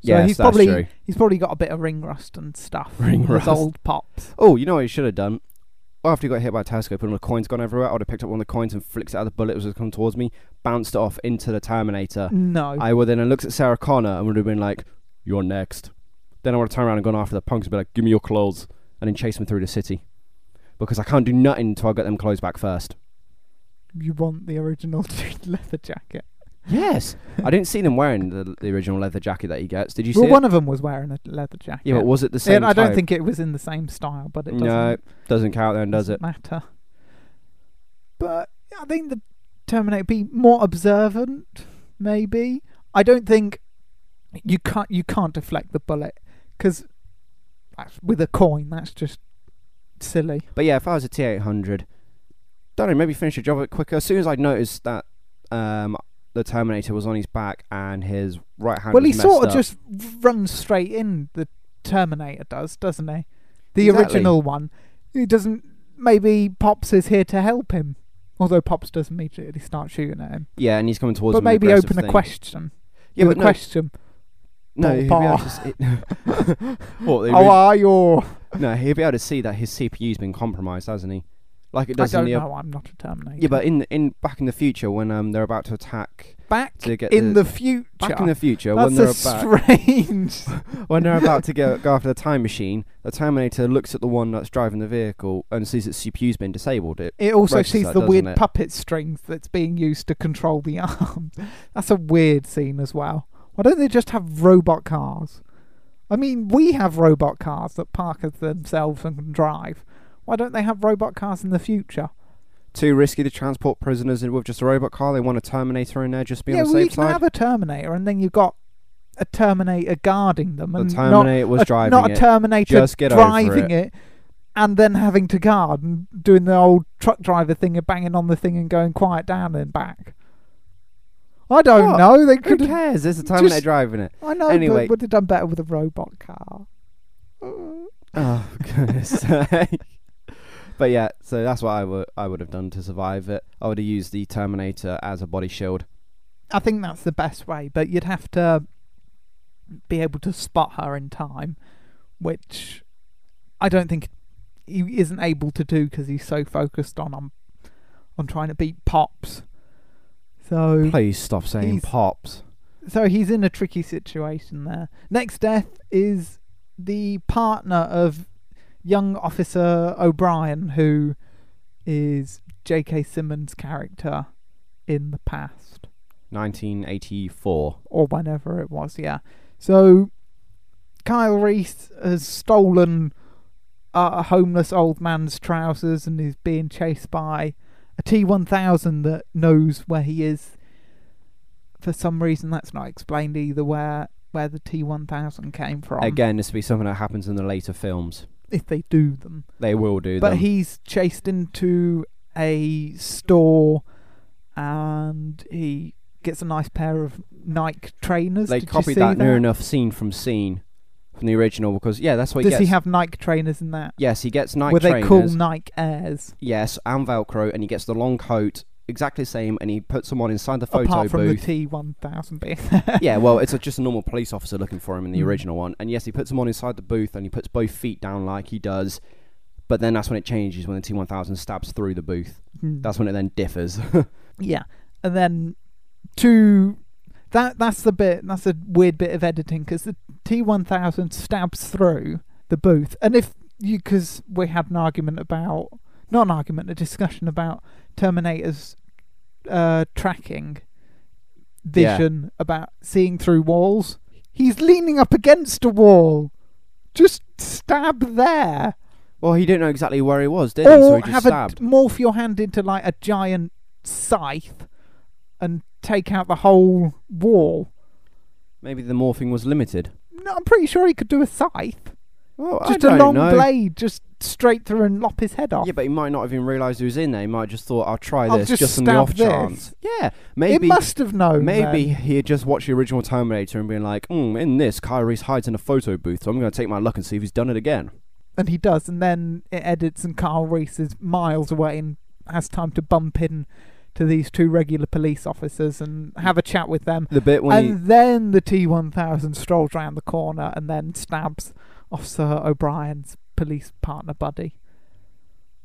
[SPEAKER 2] So
[SPEAKER 3] yes,
[SPEAKER 2] he's
[SPEAKER 3] that's
[SPEAKER 2] probably
[SPEAKER 3] true.
[SPEAKER 2] he's probably got a bit of ring rust and stuff.
[SPEAKER 3] Ring
[SPEAKER 2] as
[SPEAKER 3] rust.
[SPEAKER 2] old Pops.
[SPEAKER 3] Oh, you know what he should have done? after he got hit by a telescope and all the coins gone everywhere, I would have picked up one of the coins and flicked it at the bullet as it was coming towards me, bounced it off into the Terminator.
[SPEAKER 2] No.
[SPEAKER 3] I would then have looked at Sarah Connor and would have been like, You're next. Then I would have turned around and gone after the punks and be like, Give me your clothes. And then chase them through the city. Because I can't do nothing until I get them clothes back first.
[SPEAKER 2] you want the original leather jacket.
[SPEAKER 3] Yes. I didn't see them wearing the, the original leather jacket that he gets. Did you see
[SPEAKER 2] Well,
[SPEAKER 3] it?
[SPEAKER 2] one of them was wearing a leather jacket.
[SPEAKER 3] yeah, but was it the
[SPEAKER 2] Yeah,
[SPEAKER 3] same?
[SPEAKER 2] and I don't
[SPEAKER 3] type?
[SPEAKER 2] think it was in the same style, but it doesn't,
[SPEAKER 3] No, doesn't count then, does it?
[SPEAKER 2] doesn't matter. But I think the Terminator be more observant, maybe. I don't think you can't you can't deflect the bullet because with a coin that's just silly.
[SPEAKER 3] But yeah, if I was a T eight hundred, don't know, maybe finish the job a bit quicker. As soon as I noticed that um, the Terminator was on his back and his right hand.
[SPEAKER 2] well, he
[SPEAKER 3] was
[SPEAKER 2] sort of
[SPEAKER 3] messed up.
[SPEAKER 2] just runs straight in. The Terminator does, doesn't he? The
[SPEAKER 3] Exactly.
[SPEAKER 2] original one. He doesn't. Maybe Pops is here to help him. Although Pops does immediately start shooting at him.
[SPEAKER 3] yeah, and he's coming towards.
[SPEAKER 2] but
[SPEAKER 3] him with
[SPEAKER 2] maybe
[SPEAKER 3] aggressive
[SPEAKER 2] open
[SPEAKER 3] thing.
[SPEAKER 2] a question.
[SPEAKER 3] Yeah,
[SPEAKER 2] with
[SPEAKER 3] but
[SPEAKER 2] a
[SPEAKER 3] no,
[SPEAKER 2] question.
[SPEAKER 3] no, he'd be able
[SPEAKER 2] Bar.
[SPEAKER 3] to see, What, they
[SPEAKER 2] How
[SPEAKER 3] really-
[SPEAKER 2] are you?
[SPEAKER 3] no, he'd be able to see that his CPU's been compromised, hasn't he? Like it
[SPEAKER 2] I
[SPEAKER 3] does in
[SPEAKER 2] don't
[SPEAKER 3] the
[SPEAKER 2] know. I'm not a Terminator.
[SPEAKER 3] yeah, but in in back in the future when um they're about to attack
[SPEAKER 2] back
[SPEAKER 3] to get
[SPEAKER 2] in
[SPEAKER 3] the-
[SPEAKER 2] the, future.
[SPEAKER 3] back in the future
[SPEAKER 2] that's
[SPEAKER 3] when they're
[SPEAKER 2] a
[SPEAKER 3] about
[SPEAKER 2] strange.
[SPEAKER 3] when they're about to go, go after the time machine, the Terminator looks at the one that's driving the vehicle and sees its CPU's been disabled. It
[SPEAKER 2] It also
[SPEAKER 3] Register,
[SPEAKER 2] sees the
[SPEAKER 3] doesn't
[SPEAKER 2] weird
[SPEAKER 3] it?
[SPEAKER 2] puppet strings that's being used to control the arms. That's a weird scene as well. Why don't they just have robot cars? I mean, we have robot cars that park as themselves and can drive. Why don't they have robot cars in the future?
[SPEAKER 3] too risky to transport prisoners in with just a robot car. They want a Terminator in there just to be
[SPEAKER 2] yeah,
[SPEAKER 3] on the
[SPEAKER 2] well, you
[SPEAKER 3] safe
[SPEAKER 2] can
[SPEAKER 3] side.
[SPEAKER 2] have a Terminator, and then you've got a Terminator guarding them,
[SPEAKER 3] The
[SPEAKER 2] and
[SPEAKER 3] Terminator
[SPEAKER 2] not
[SPEAKER 3] was
[SPEAKER 2] a,
[SPEAKER 3] driving
[SPEAKER 2] Uh, not a
[SPEAKER 3] it.
[SPEAKER 2] Terminator
[SPEAKER 3] Just get over
[SPEAKER 2] driving
[SPEAKER 3] it.
[SPEAKER 2] it. and then having to guard and doing the old truck driver thing of banging on the thing and going quiet down and back. I don't
[SPEAKER 3] What?
[SPEAKER 2] know. They
[SPEAKER 3] Who
[SPEAKER 2] could. have
[SPEAKER 3] cares? There's a Terminator
[SPEAKER 2] just-
[SPEAKER 3] driving it.
[SPEAKER 2] I know.
[SPEAKER 3] Anyway.
[SPEAKER 2] would have done better with a robot car.
[SPEAKER 3] Oh, goodness sake. But yeah, so that's what I would I would have done to survive it. I would have used the Terminator as a body shield.
[SPEAKER 2] I think that's the best way, but you'd have to be able to spot her in time, which I don't think he isn't able to do because he's so focused on on, on trying to beat Pops. So,
[SPEAKER 3] Please stop saying
[SPEAKER 2] He's-
[SPEAKER 3] pops.
[SPEAKER 2] so he's in a tricky situation there. Next death is the partner of young officer O'Brien, who is J.K. Simmons' character in the past.
[SPEAKER 3] 1984.
[SPEAKER 2] or whenever it was, yeah. So Kyle Reese has stolen uh, a homeless old man's trousers and is being chased by a T1000 that knows where he is. For some reason, that's not explained either where where the T1000 came from.
[SPEAKER 3] Again, this would be something that happens in the later films.
[SPEAKER 2] If they do them.
[SPEAKER 3] They will do
[SPEAKER 2] But
[SPEAKER 3] them.
[SPEAKER 2] he's chased into a store and he gets a nice pair of Nike trainers.
[SPEAKER 3] they
[SPEAKER 2] Did you
[SPEAKER 3] copied
[SPEAKER 2] see
[SPEAKER 3] that near
[SPEAKER 2] that?
[SPEAKER 3] enough scene from scene from the original because yeah, that's what he
[SPEAKER 2] Does
[SPEAKER 3] gets.
[SPEAKER 2] he have Nike trainers in that?
[SPEAKER 3] yes, he gets Nike
[SPEAKER 2] Were they
[SPEAKER 3] trainers.
[SPEAKER 2] cool Nike Airs?
[SPEAKER 3] Yes, and Velcro, and he gets the long coat, exactly the same, and he puts them on inside the photo
[SPEAKER 2] apart from
[SPEAKER 3] booth.
[SPEAKER 2] the T1000 being
[SPEAKER 3] yeah, well, it's a, just a normal police officer looking for him in the
[SPEAKER 2] Mm.
[SPEAKER 3] original one, and yes, he puts them on inside the booth, and he puts both feet down like he does. But then that's when it changes when the T1000 stabs through the booth.
[SPEAKER 2] Hmm.
[SPEAKER 3] That's when it then differs.
[SPEAKER 2] yeah, and then to that that's the bit that's a weird bit of editing because the T1000 stabs through the booth, and if you because we had an argument about not an argument a discussion about Terminator's uh, tracking
[SPEAKER 3] Yeah.
[SPEAKER 2] vision about seeing through walls. He's leaning up against a wall. Just stab there.
[SPEAKER 3] well, he didn't know exactly where he was, did he? So
[SPEAKER 2] or
[SPEAKER 3] he just
[SPEAKER 2] have
[SPEAKER 3] stabbed.
[SPEAKER 2] a morph your hand into like a giant scythe and take out the whole wall.
[SPEAKER 3] Maybe the morphing was limited.
[SPEAKER 2] No, I'm pretty sure he could do a scythe.
[SPEAKER 3] Well,
[SPEAKER 2] Just a long blade, just straight through and lop his head off.
[SPEAKER 3] Yeah, but he might not have even realised he was in there. He might have just thought, "I'll try
[SPEAKER 2] I'll
[SPEAKER 3] this
[SPEAKER 2] just
[SPEAKER 3] on the
[SPEAKER 2] stab
[SPEAKER 3] off
[SPEAKER 2] this."
[SPEAKER 3] chance." Yeah, maybe.
[SPEAKER 2] it must have known.
[SPEAKER 3] Maybe
[SPEAKER 2] then.
[SPEAKER 3] he had just watched the original Terminator and been like, mm, in this, Kyrie's hides in a photo booth, so I'm going to take my luck and see if he's done it again.
[SPEAKER 2] and he does, and then it edits, and Carl Reese is miles away and has time to bump in to these two regular police officers and have a chat with them.
[SPEAKER 3] The bit when
[SPEAKER 2] and then the T1000 strolls round the corner and then stabs Officer O'Brien's police partner buddy.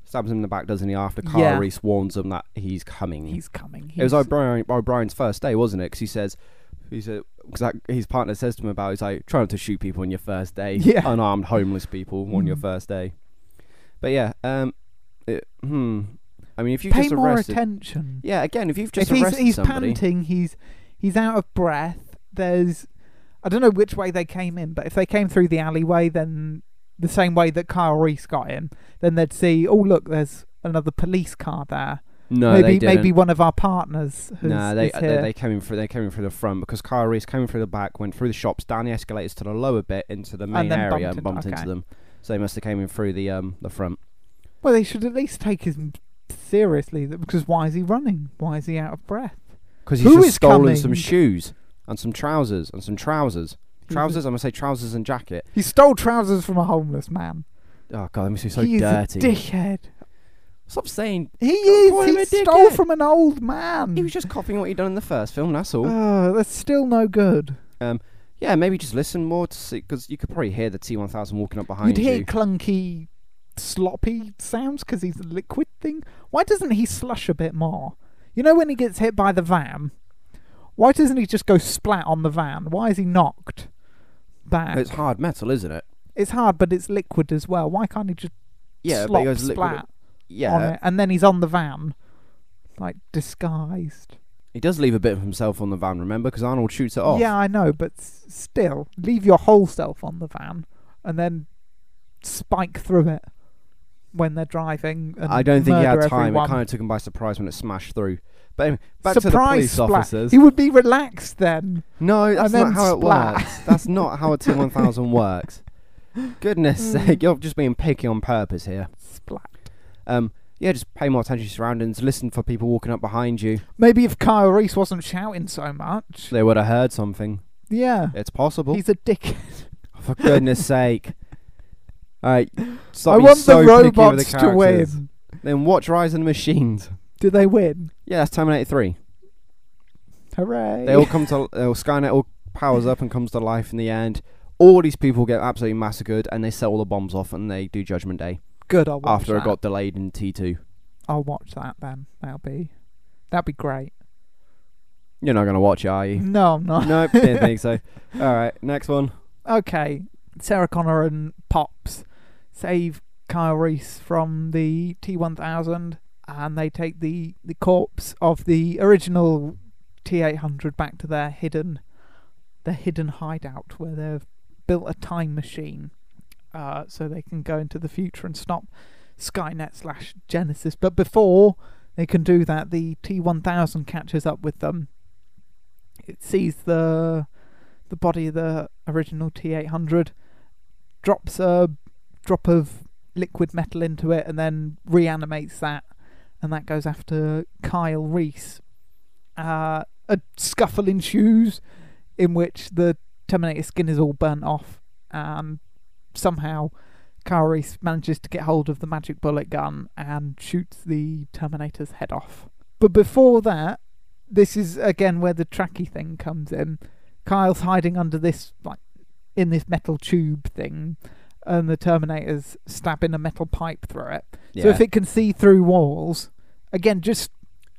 [SPEAKER 3] Stabs him in the back, doesn't he? After Kyle
[SPEAKER 2] Yeah.
[SPEAKER 3] Reese warns him that he's coming.
[SPEAKER 2] He's coming. He's,
[SPEAKER 3] Hmm. it was O'Brien, O'Brien's first day, wasn't it? Because he says, he said, because his partner says to him about, he's like, try not to shoot people on your first day.
[SPEAKER 2] Yeah.
[SPEAKER 3] Unarmed homeless people on your
[SPEAKER 2] Mm.
[SPEAKER 3] first day. But yeah, um, it, hmm. I mean, if you
[SPEAKER 2] pay
[SPEAKER 3] just
[SPEAKER 2] more
[SPEAKER 3] arrested,
[SPEAKER 2] attention.
[SPEAKER 3] yeah, again, if you've just
[SPEAKER 2] if he's,
[SPEAKER 3] arrested
[SPEAKER 2] he's
[SPEAKER 3] somebody,
[SPEAKER 2] panting, he's he's out of breath. There's I don't know which way they came in, but if they came through the alleyway, then the same way that Kyle Reese got in, then they'd see. Oh look, there's another police car there.
[SPEAKER 3] no,
[SPEAKER 2] maybe
[SPEAKER 3] they didn't.
[SPEAKER 2] maybe one of our partners. Who's,
[SPEAKER 3] No, they, uh,
[SPEAKER 2] is
[SPEAKER 3] they
[SPEAKER 2] here.
[SPEAKER 3] they came in through they came in through the front because Kyle Reese came in through the back, went through the shops, down the escalators to the lower bit into the main
[SPEAKER 2] then
[SPEAKER 3] area
[SPEAKER 2] bumped
[SPEAKER 3] and
[SPEAKER 2] in-
[SPEAKER 3] bumped into
[SPEAKER 2] okay.
[SPEAKER 3] them. So they must have came in through the um the front.
[SPEAKER 2] well, they should at least take him seriously th- because why is he running? Why is he out of breath?
[SPEAKER 3] Because he's
[SPEAKER 2] Who
[SPEAKER 3] just
[SPEAKER 2] is
[SPEAKER 3] stolen some
[SPEAKER 2] coming?
[SPEAKER 3] shoes and some trousers and some trousers.
[SPEAKER 2] He's-
[SPEAKER 3] Trousers, I'm gonna say trousers and jacket.
[SPEAKER 2] He stole trousers from a homeless man.
[SPEAKER 3] Oh god, that makes me so
[SPEAKER 2] he
[SPEAKER 3] dirty.
[SPEAKER 2] is a dickhead.
[SPEAKER 3] Stop saying
[SPEAKER 2] He
[SPEAKER 3] call him a
[SPEAKER 2] is. He stole
[SPEAKER 3] dickhead.
[SPEAKER 2] from an old man.
[SPEAKER 3] he was just copying what he'd done in the first film. That's all.
[SPEAKER 2] Oh, that's still no good.
[SPEAKER 3] yeah, maybe just listen more to see because you could probably hear the T1000 walking up behind
[SPEAKER 2] You'd hear
[SPEAKER 3] you.
[SPEAKER 2] clunky, sloppy sounds because he's a liquid thing. Why doesn't he slush a bit more? You know when he gets hit by the van. Why doesn't he just go splat on the van? Why is he knocked back?
[SPEAKER 3] It's hard metal, isn't it?
[SPEAKER 2] It's hard, but it's liquid as well. Why can't he just
[SPEAKER 3] Yeah, but
[SPEAKER 2] slop
[SPEAKER 3] he goes liquid-
[SPEAKER 2] splat
[SPEAKER 3] Yeah,
[SPEAKER 2] on it and then he's on the van, like disguised?
[SPEAKER 3] He does leave a bit of himself on the van, remember? Because Arnold shoots it off.
[SPEAKER 2] Yeah, I know, but s- still, leave your whole self on the van and then spike through it when they're driving. And
[SPEAKER 3] I don't think he had
[SPEAKER 2] murder
[SPEAKER 3] time. It
[SPEAKER 2] Everyone.
[SPEAKER 3] kind of took him by surprise when it smashed through. But anyway, back to the
[SPEAKER 2] Surprise
[SPEAKER 3] police
[SPEAKER 2] splat.
[SPEAKER 3] officers.
[SPEAKER 2] He would be relaxed then.
[SPEAKER 3] no, that's
[SPEAKER 2] and
[SPEAKER 3] not
[SPEAKER 2] then
[SPEAKER 3] how
[SPEAKER 2] splat.
[SPEAKER 3] it works. That's not how a T1000 works. Goodness
[SPEAKER 2] Mm.
[SPEAKER 3] sake, you're just being picky on purpose here.
[SPEAKER 2] Splat.
[SPEAKER 3] Um, yeah, just pay more attention to your surroundings. Listen for people walking up behind you.
[SPEAKER 2] Maybe if Kyle Reese wasn't shouting so much.
[SPEAKER 3] They would have heard something.
[SPEAKER 2] Yeah.
[SPEAKER 3] It's possible.
[SPEAKER 2] He's a dick.
[SPEAKER 3] For goodness sake. All right, stop
[SPEAKER 2] I
[SPEAKER 3] being
[SPEAKER 2] want
[SPEAKER 3] so
[SPEAKER 2] the
[SPEAKER 3] picky with
[SPEAKER 2] robots
[SPEAKER 3] the
[SPEAKER 2] to
[SPEAKER 3] characters.
[SPEAKER 2] win.
[SPEAKER 3] Then watch Rise of the Machines.
[SPEAKER 2] Do they win?
[SPEAKER 3] Yeah, that's Terminator 3.
[SPEAKER 2] Hooray.
[SPEAKER 3] They all come to uh, Skynet all powers up and comes to life in the end. All these people get absolutely massacred, and they set all the bombs off, and they do Judgment Day
[SPEAKER 2] Good, I'll watch
[SPEAKER 3] after
[SPEAKER 2] that.
[SPEAKER 3] it got delayed in T two.
[SPEAKER 2] I'll watch that then. That'll be... That'd be great.
[SPEAKER 3] You're not gonna watch it, are you?
[SPEAKER 2] No, I'm not.
[SPEAKER 3] nope, didn't think so. All right, next one.
[SPEAKER 2] okay, Sarah Connor and Pops save Kyle Reese from the T1000 and they take the, the corpse of the original T800 back to their hidden their hidden hideout where they've built a time machine uh, so they can go into the future and stop Skynet slash Genesis. But before they can do that, the T1000 catches up with them. It sees the the body of the original T800, drops a drop of liquid metal into it, and then reanimates that, and that goes after Kyle Reese. Uh, a scuffle ensues in which the Terminator skin is all burnt off, and somehow Kyle Reese manages to get hold of the magic bullet gun and shoots the Terminator's head off. But before that, this is again where the tracky thing comes in. Kyle's hiding under this like in this metal tube thing and the Terminator's stabbing a metal pipe through it. So if it can see through walls, again just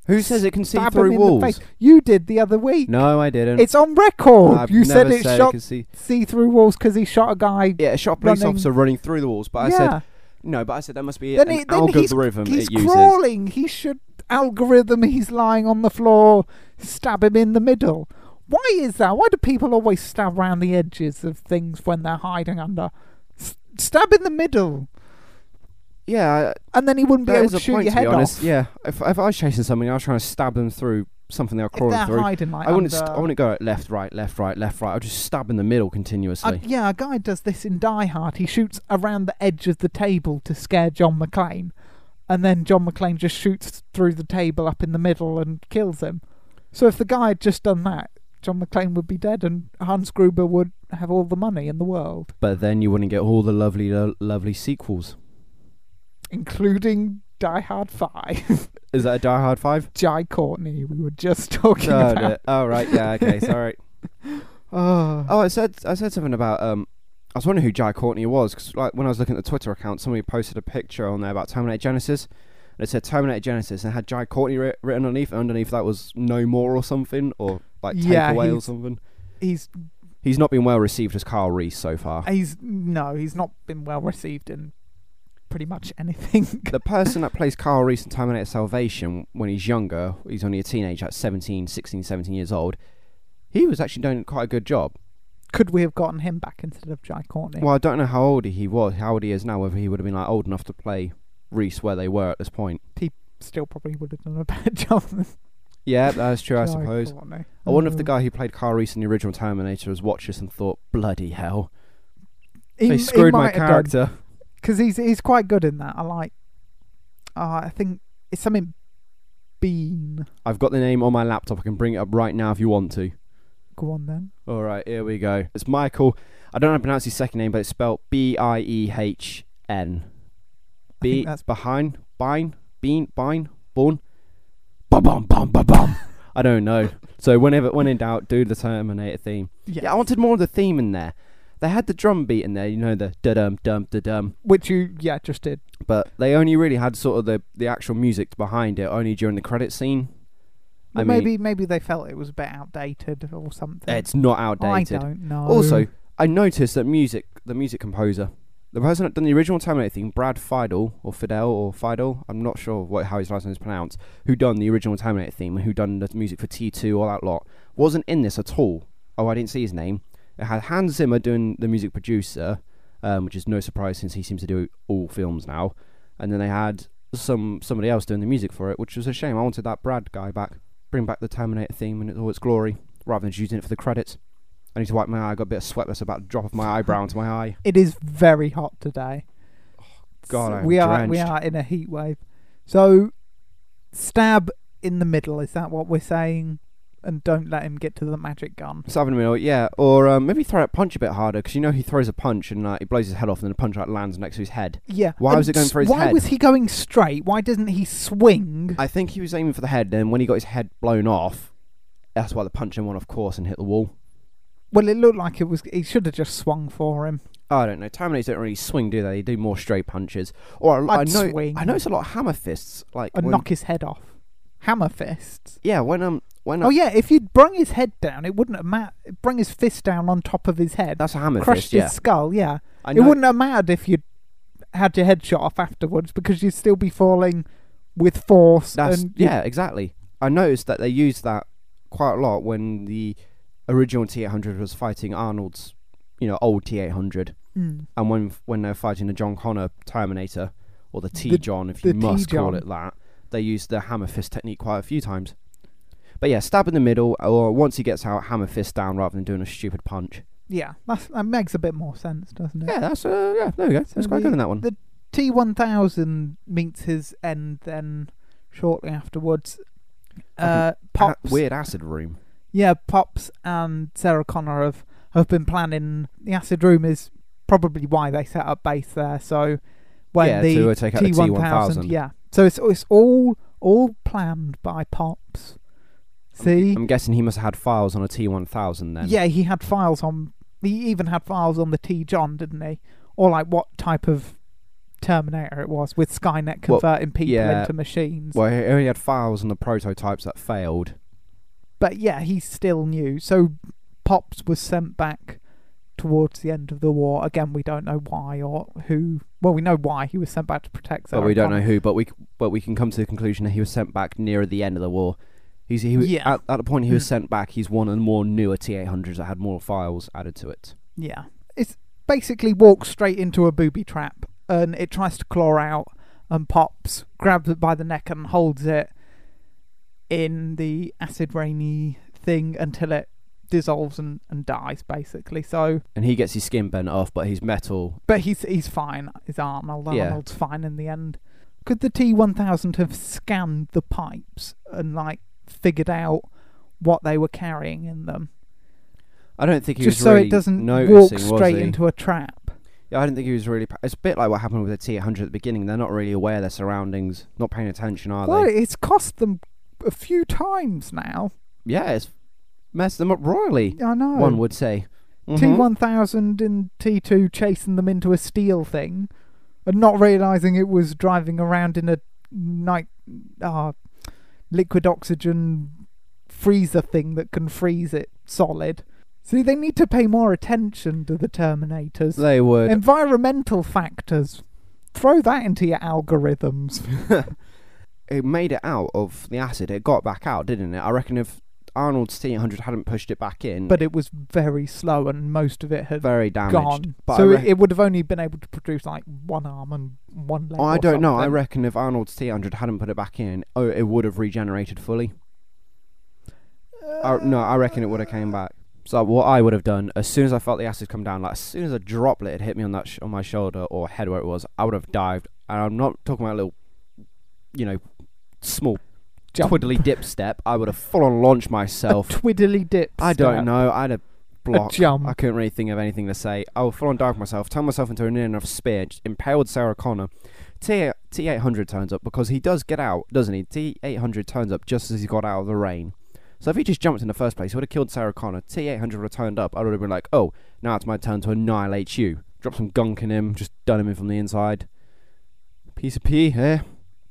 [SPEAKER 3] Who says it can see
[SPEAKER 2] stab him
[SPEAKER 3] through
[SPEAKER 2] in
[SPEAKER 3] walls?
[SPEAKER 2] the face. You did the other week.
[SPEAKER 3] No, I didn't.
[SPEAKER 2] It's on record.
[SPEAKER 3] I've
[SPEAKER 2] you said
[SPEAKER 3] never
[SPEAKER 2] it
[SPEAKER 3] said
[SPEAKER 2] shot
[SPEAKER 3] can see.
[SPEAKER 2] see through walls because he shot a guy.
[SPEAKER 3] Yeah, it shot a police
[SPEAKER 2] running-
[SPEAKER 3] officer running through the walls, but I said
[SPEAKER 2] yeah,
[SPEAKER 3] no. But I said that must be
[SPEAKER 2] Then
[SPEAKER 3] an
[SPEAKER 2] he- then he's-
[SPEAKER 3] algorithm
[SPEAKER 2] he's
[SPEAKER 3] it uses.
[SPEAKER 2] crawling. He should algorithm. He's lying on the floor. Stab him in the middle. Why is that? Why do people always stab round the edges of things when they're hiding under? S- stab in the middle.
[SPEAKER 3] Yeah,
[SPEAKER 2] and then he wouldn't be
[SPEAKER 3] That
[SPEAKER 2] able
[SPEAKER 3] is
[SPEAKER 2] to
[SPEAKER 3] a
[SPEAKER 2] shoot
[SPEAKER 3] point,
[SPEAKER 2] your
[SPEAKER 3] to be
[SPEAKER 2] head
[SPEAKER 3] honest.
[SPEAKER 2] off.
[SPEAKER 3] Yeah, if, if I was chasing something, I was trying to stab them through something they were
[SPEAKER 2] if
[SPEAKER 3] crawling
[SPEAKER 2] they're
[SPEAKER 3] through.
[SPEAKER 2] hiding like
[SPEAKER 3] I wouldn't.
[SPEAKER 2] under,
[SPEAKER 3] St- I wouldn't go like, left, right, left, right, left, right. I'd just stab in the middle continuously.
[SPEAKER 2] Uh, yeah, a guy does this in Die Hard. He shoots around the edge of the table to scare John McClane, and then John McClane just shoots through the table up in the middle and kills him. So if the guy had just done that, John McClane would be dead, and Hans Gruber would have all the money in the world,
[SPEAKER 3] but then you wouldn't get all the lovely, lo- lovely sequels.
[SPEAKER 2] including Die Hard Five.
[SPEAKER 3] Is that a Die Hard Five?
[SPEAKER 2] Jai Courtney, we were just talking
[SPEAKER 3] Oh,
[SPEAKER 2] about.
[SPEAKER 3] no. oh right, yeah, okay, sorry.
[SPEAKER 2] Oh.
[SPEAKER 3] Oh, I said I said something about um, I was wondering who Jai Courtney was because like when I was looking at the Twitter account, somebody posted a picture on there about Terminator Genesis, and it said Terminator Genesis and it had Jai Courtney writ- written underneath. And underneath that was No More or something, or like Take
[SPEAKER 2] Yeah,
[SPEAKER 3] Away or
[SPEAKER 2] he's-
[SPEAKER 3] something.
[SPEAKER 2] He's
[SPEAKER 3] He's not been well received as Kyle Reese so far.
[SPEAKER 2] he's no, he's not been well received in pretty much anything.
[SPEAKER 3] the person that plays Kyle Reese in Terminator Salvation when he's younger, he's only a teenager, at 17, 16, 17 years old, he was actually doing quite a good job.
[SPEAKER 2] Could we have gotten him back instead of Jai Courtney?
[SPEAKER 3] Well, I don't know how old he was, how old he is now, whether he would have been like old enough to play Reese where they were at this point.
[SPEAKER 2] Still probably would have done a better job. Than
[SPEAKER 3] Yeah, that's true, I
[SPEAKER 2] Jai
[SPEAKER 3] suppose.
[SPEAKER 2] Courtney.
[SPEAKER 3] I wonder if the
[SPEAKER 2] Mm.
[SPEAKER 3] guy who played Kyle Reese in the original Terminator has watched this and thought, bloody hell,
[SPEAKER 2] He-
[SPEAKER 3] they
[SPEAKER 2] he
[SPEAKER 3] screwed my
[SPEAKER 2] might have done.
[SPEAKER 3] character.
[SPEAKER 2] because he's he's quite good in that. I like. Uh, I think it's something Bean.
[SPEAKER 3] I've got the name on my laptop. I can bring it up right now if you want to.
[SPEAKER 2] Go on then.
[SPEAKER 3] All right, here we go. It's Michael. I don't know how to pronounce his second name, but it's spelled B I E H N. B
[SPEAKER 2] that's-
[SPEAKER 3] behind, bine, bean, bine, born. Ba bum bum ba bum. I don't know. So whenever when in doubt, do the Terminator theme. Yeah, I wanted more of the theme in there. They had the drum beat in there, you know, the da dum dum da dum,
[SPEAKER 2] which you yeah just did.
[SPEAKER 3] but they only really had sort of the the actual music behind it only during the credit scene. I
[SPEAKER 2] But
[SPEAKER 3] mean-
[SPEAKER 2] maybe maybe they felt it was a bit outdated or something.
[SPEAKER 3] It's not
[SPEAKER 2] I
[SPEAKER 3] outdated.
[SPEAKER 2] don't know.
[SPEAKER 3] Also, I noticed that music, the music composer, the person that done the original Terminator thing, Brad Fidel or Fidel or Fidel, I'm not sure what how his last name is pronounced, who done the original Terminator theme and who done the music for T2, all that lot, wasn't in this at all. Oh, I didn't see his name. It had Hans Zimmer doing the music producer, um, which is no surprise since he seems to do all films now. And then they had some somebody else doing the music for it, which was a shame. I wanted that Brad guy back, bring back the Terminator theme in all its glory, rather than just using it for the credits. I need to wipe my eye. I got a bit of sweat that's about to drop off my eyebrow into my eye.
[SPEAKER 2] it is very hot today.
[SPEAKER 3] Oh, God,
[SPEAKER 2] So
[SPEAKER 3] I am
[SPEAKER 2] we are we
[SPEAKER 3] drenched.
[SPEAKER 2] are in a heat wave. So stab in the middle. Is that what we're saying? And don't let him get to the magic gun.
[SPEAKER 3] Stab in the middle, yeah. Or um, maybe throw that punch a bit harder, because you know he throws a punch and uh, he blows his head off, and then the punch like, lands next to his head.
[SPEAKER 2] Yeah.
[SPEAKER 3] Why
[SPEAKER 2] and
[SPEAKER 3] was it going for his
[SPEAKER 2] Why
[SPEAKER 3] head?
[SPEAKER 2] was he going straight? Why doesn't he swing?
[SPEAKER 3] I think he was aiming for the head, then when he got his head blown off, that's why the punch went off course and hit the wall.
[SPEAKER 2] Well, it looked like it was. He should have just swung for him.
[SPEAKER 3] I don't know. Terminators don't really swing, do they? They do more straight punches. Or I, I
[SPEAKER 2] I'd
[SPEAKER 3] know
[SPEAKER 2] swing.
[SPEAKER 3] I notice a lot of hammer fists. Like
[SPEAKER 2] and
[SPEAKER 3] when-
[SPEAKER 2] knock his head off. Hammer fists.
[SPEAKER 3] yeah, when um when
[SPEAKER 2] Oh
[SPEAKER 3] I,
[SPEAKER 2] yeah, if you'd brung his head down, it wouldn't have mattered. Bring his fist down on top of his head,
[SPEAKER 3] that's a hammer
[SPEAKER 2] crushed
[SPEAKER 3] fist.
[SPEAKER 2] his
[SPEAKER 3] Yeah,
[SPEAKER 2] skull. Yeah,
[SPEAKER 3] I
[SPEAKER 2] it wouldn't have mattered if you'd had your head shot off afterwards because you'd still be falling with force.
[SPEAKER 3] That's
[SPEAKER 2] and
[SPEAKER 3] yeah, exactly. I noticed that they used that quite a lot when the original T eight hundred was fighting Arnold's, you know, old T eight hundred,
[SPEAKER 2] Mm.
[SPEAKER 3] and when when they're fighting the John Connor Terminator or the T
[SPEAKER 2] The-
[SPEAKER 3] John, if
[SPEAKER 2] the
[SPEAKER 3] you must call
[SPEAKER 2] T-John.
[SPEAKER 3] it that, they used the hammer fist technique quite a few times. But yeah, stab in the middle, or once he gets out, hammer fist down rather than doing a stupid punch.
[SPEAKER 2] yeah, that's, that makes a bit more sense, doesn't it?
[SPEAKER 3] Yeah, that's uh, yeah, there we go.
[SPEAKER 2] So
[SPEAKER 3] That's quite good in that one.
[SPEAKER 2] the- T one thousand meets his end then shortly afterwards.
[SPEAKER 3] Like an
[SPEAKER 2] Uh,
[SPEAKER 3] Pa-
[SPEAKER 2] pops.
[SPEAKER 3] weird acid room.
[SPEAKER 2] Yeah, Pops and Sarah Connor have, have been planning. The acid room is probably why they set up base there. So when
[SPEAKER 3] yeah,
[SPEAKER 2] the
[SPEAKER 3] to uh, take out the T one thousand.
[SPEAKER 2] yeah, so it's it's all all planned by Pops. See,
[SPEAKER 3] I'm guessing he must have had files on a T one thousand then.
[SPEAKER 2] yeah, he had files on. He even had files on the T John, didn't he? Or like what type of Terminator it was with Skynet
[SPEAKER 3] Well,
[SPEAKER 2] converting people
[SPEAKER 3] yeah.
[SPEAKER 2] into machines.
[SPEAKER 3] Well, he only had files on the prototypes that failed.
[SPEAKER 2] but yeah, he still knew. So Pops was sent back towards the end of the war. Again, we don't know why or who. Well, we know why he was sent back to protect.
[SPEAKER 3] But
[SPEAKER 2] Sarah
[SPEAKER 3] we don't know
[SPEAKER 2] Connor.
[SPEAKER 3] who. But we c- but we can come to the conclusion that he was sent back nearer the end of the war. He's he was,
[SPEAKER 2] Yeah. Hmm.
[SPEAKER 3] at, at the point he was sent back. He's one of the more newer T eight hundreds that had more files added to it.
[SPEAKER 2] Yeah, it's basically walks straight into a booby trap, and it tries to claw out, and Pops grabs it by the neck and holds it in the acid rainy thing until it dissolves and, and dies basically so
[SPEAKER 3] And he gets his skin bent off, but he's metal.
[SPEAKER 2] But he's he's fine. His Arnold
[SPEAKER 3] Yeah.
[SPEAKER 2] Arnold's fine in the end. Could the T one thousand have scanned the pipes and like figured out what they were carrying in them,
[SPEAKER 3] I don't think he
[SPEAKER 2] just
[SPEAKER 3] was
[SPEAKER 2] so
[SPEAKER 3] really
[SPEAKER 2] it doesn't
[SPEAKER 3] noticing,
[SPEAKER 2] walk
[SPEAKER 3] was
[SPEAKER 2] straight
[SPEAKER 3] he?
[SPEAKER 2] into a trap?
[SPEAKER 3] Yeah, I didn't think he was really. pa- It's a bit like what happened with the T eight hundred at the beginning. They're not really aware of their surroundings, not paying attention, are
[SPEAKER 2] Well,
[SPEAKER 3] they?
[SPEAKER 2] it's cost them a few times now.
[SPEAKER 3] Yeah, it's messed them up royally.
[SPEAKER 2] I know.
[SPEAKER 3] One would say.
[SPEAKER 2] T
[SPEAKER 3] Mhm.
[SPEAKER 2] one thousand and T two chasing them into a steel thing, and not realizing it was driving around in a night uh, liquid oxygen freezer thing that can freeze it solid. See, they need to pay more attention to the Terminators.
[SPEAKER 3] They would.
[SPEAKER 2] Environmental factors. Throw that into your
[SPEAKER 3] Mm-hmm.
[SPEAKER 2] algorithms.
[SPEAKER 3] it made it out of the acid. It got back out, didn't it? I reckon if Arnold's T100 hadn't pushed it back in,
[SPEAKER 2] But it was very slow, and most of it had
[SPEAKER 3] very damaged.
[SPEAKER 2] gone.
[SPEAKER 3] But
[SPEAKER 2] so
[SPEAKER 3] I
[SPEAKER 2] it-
[SPEAKER 3] reckon-
[SPEAKER 2] it would have only been able to produce like one arm and one leg.
[SPEAKER 3] Oh, I
[SPEAKER 2] or
[SPEAKER 3] don't know. I
[SPEAKER 2] something.
[SPEAKER 3] reckon if Arnold's T100 hadn't put it back in, oh, it would have regenerated fully. I, no, I reckon it would have came back. So what I would have done as soon as I felt the acid come down, like as soon as a droplet had hit me on that sh- on my shoulder or head where it was, I would have dived. And I'm not talking about a little, you know, small
[SPEAKER 2] Jump.
[SPEAKER 3] twiddly dip step. I would have full on launched
[SPEAKER 2] A
[SPEAKER 3] myself.
[SPEAKER 2] twiddly dip.
[SPEAKER 3] I don't
[SPEAKER 2] step.
[SPEAKER 3] know. I'd have blocked.
[SPEAKER 2] jump.
[SPEAKER 3] I couldn't really think of anything to say. I would full on dive myself, turn myself into a near enough spear, just impaled Sarah Connor. T T eight hundred turns up because he does get out, doesn't he? T eight hundred turns up just as he got out of the rain. So if he just jumped in the first place, he would have killed Sarah Connor. T eight hundred would have turned up. I would have been like, oh, now it's my turn to annihilate you. Drop some gunk in him, just done him in from the inside. Piece of pee, eh?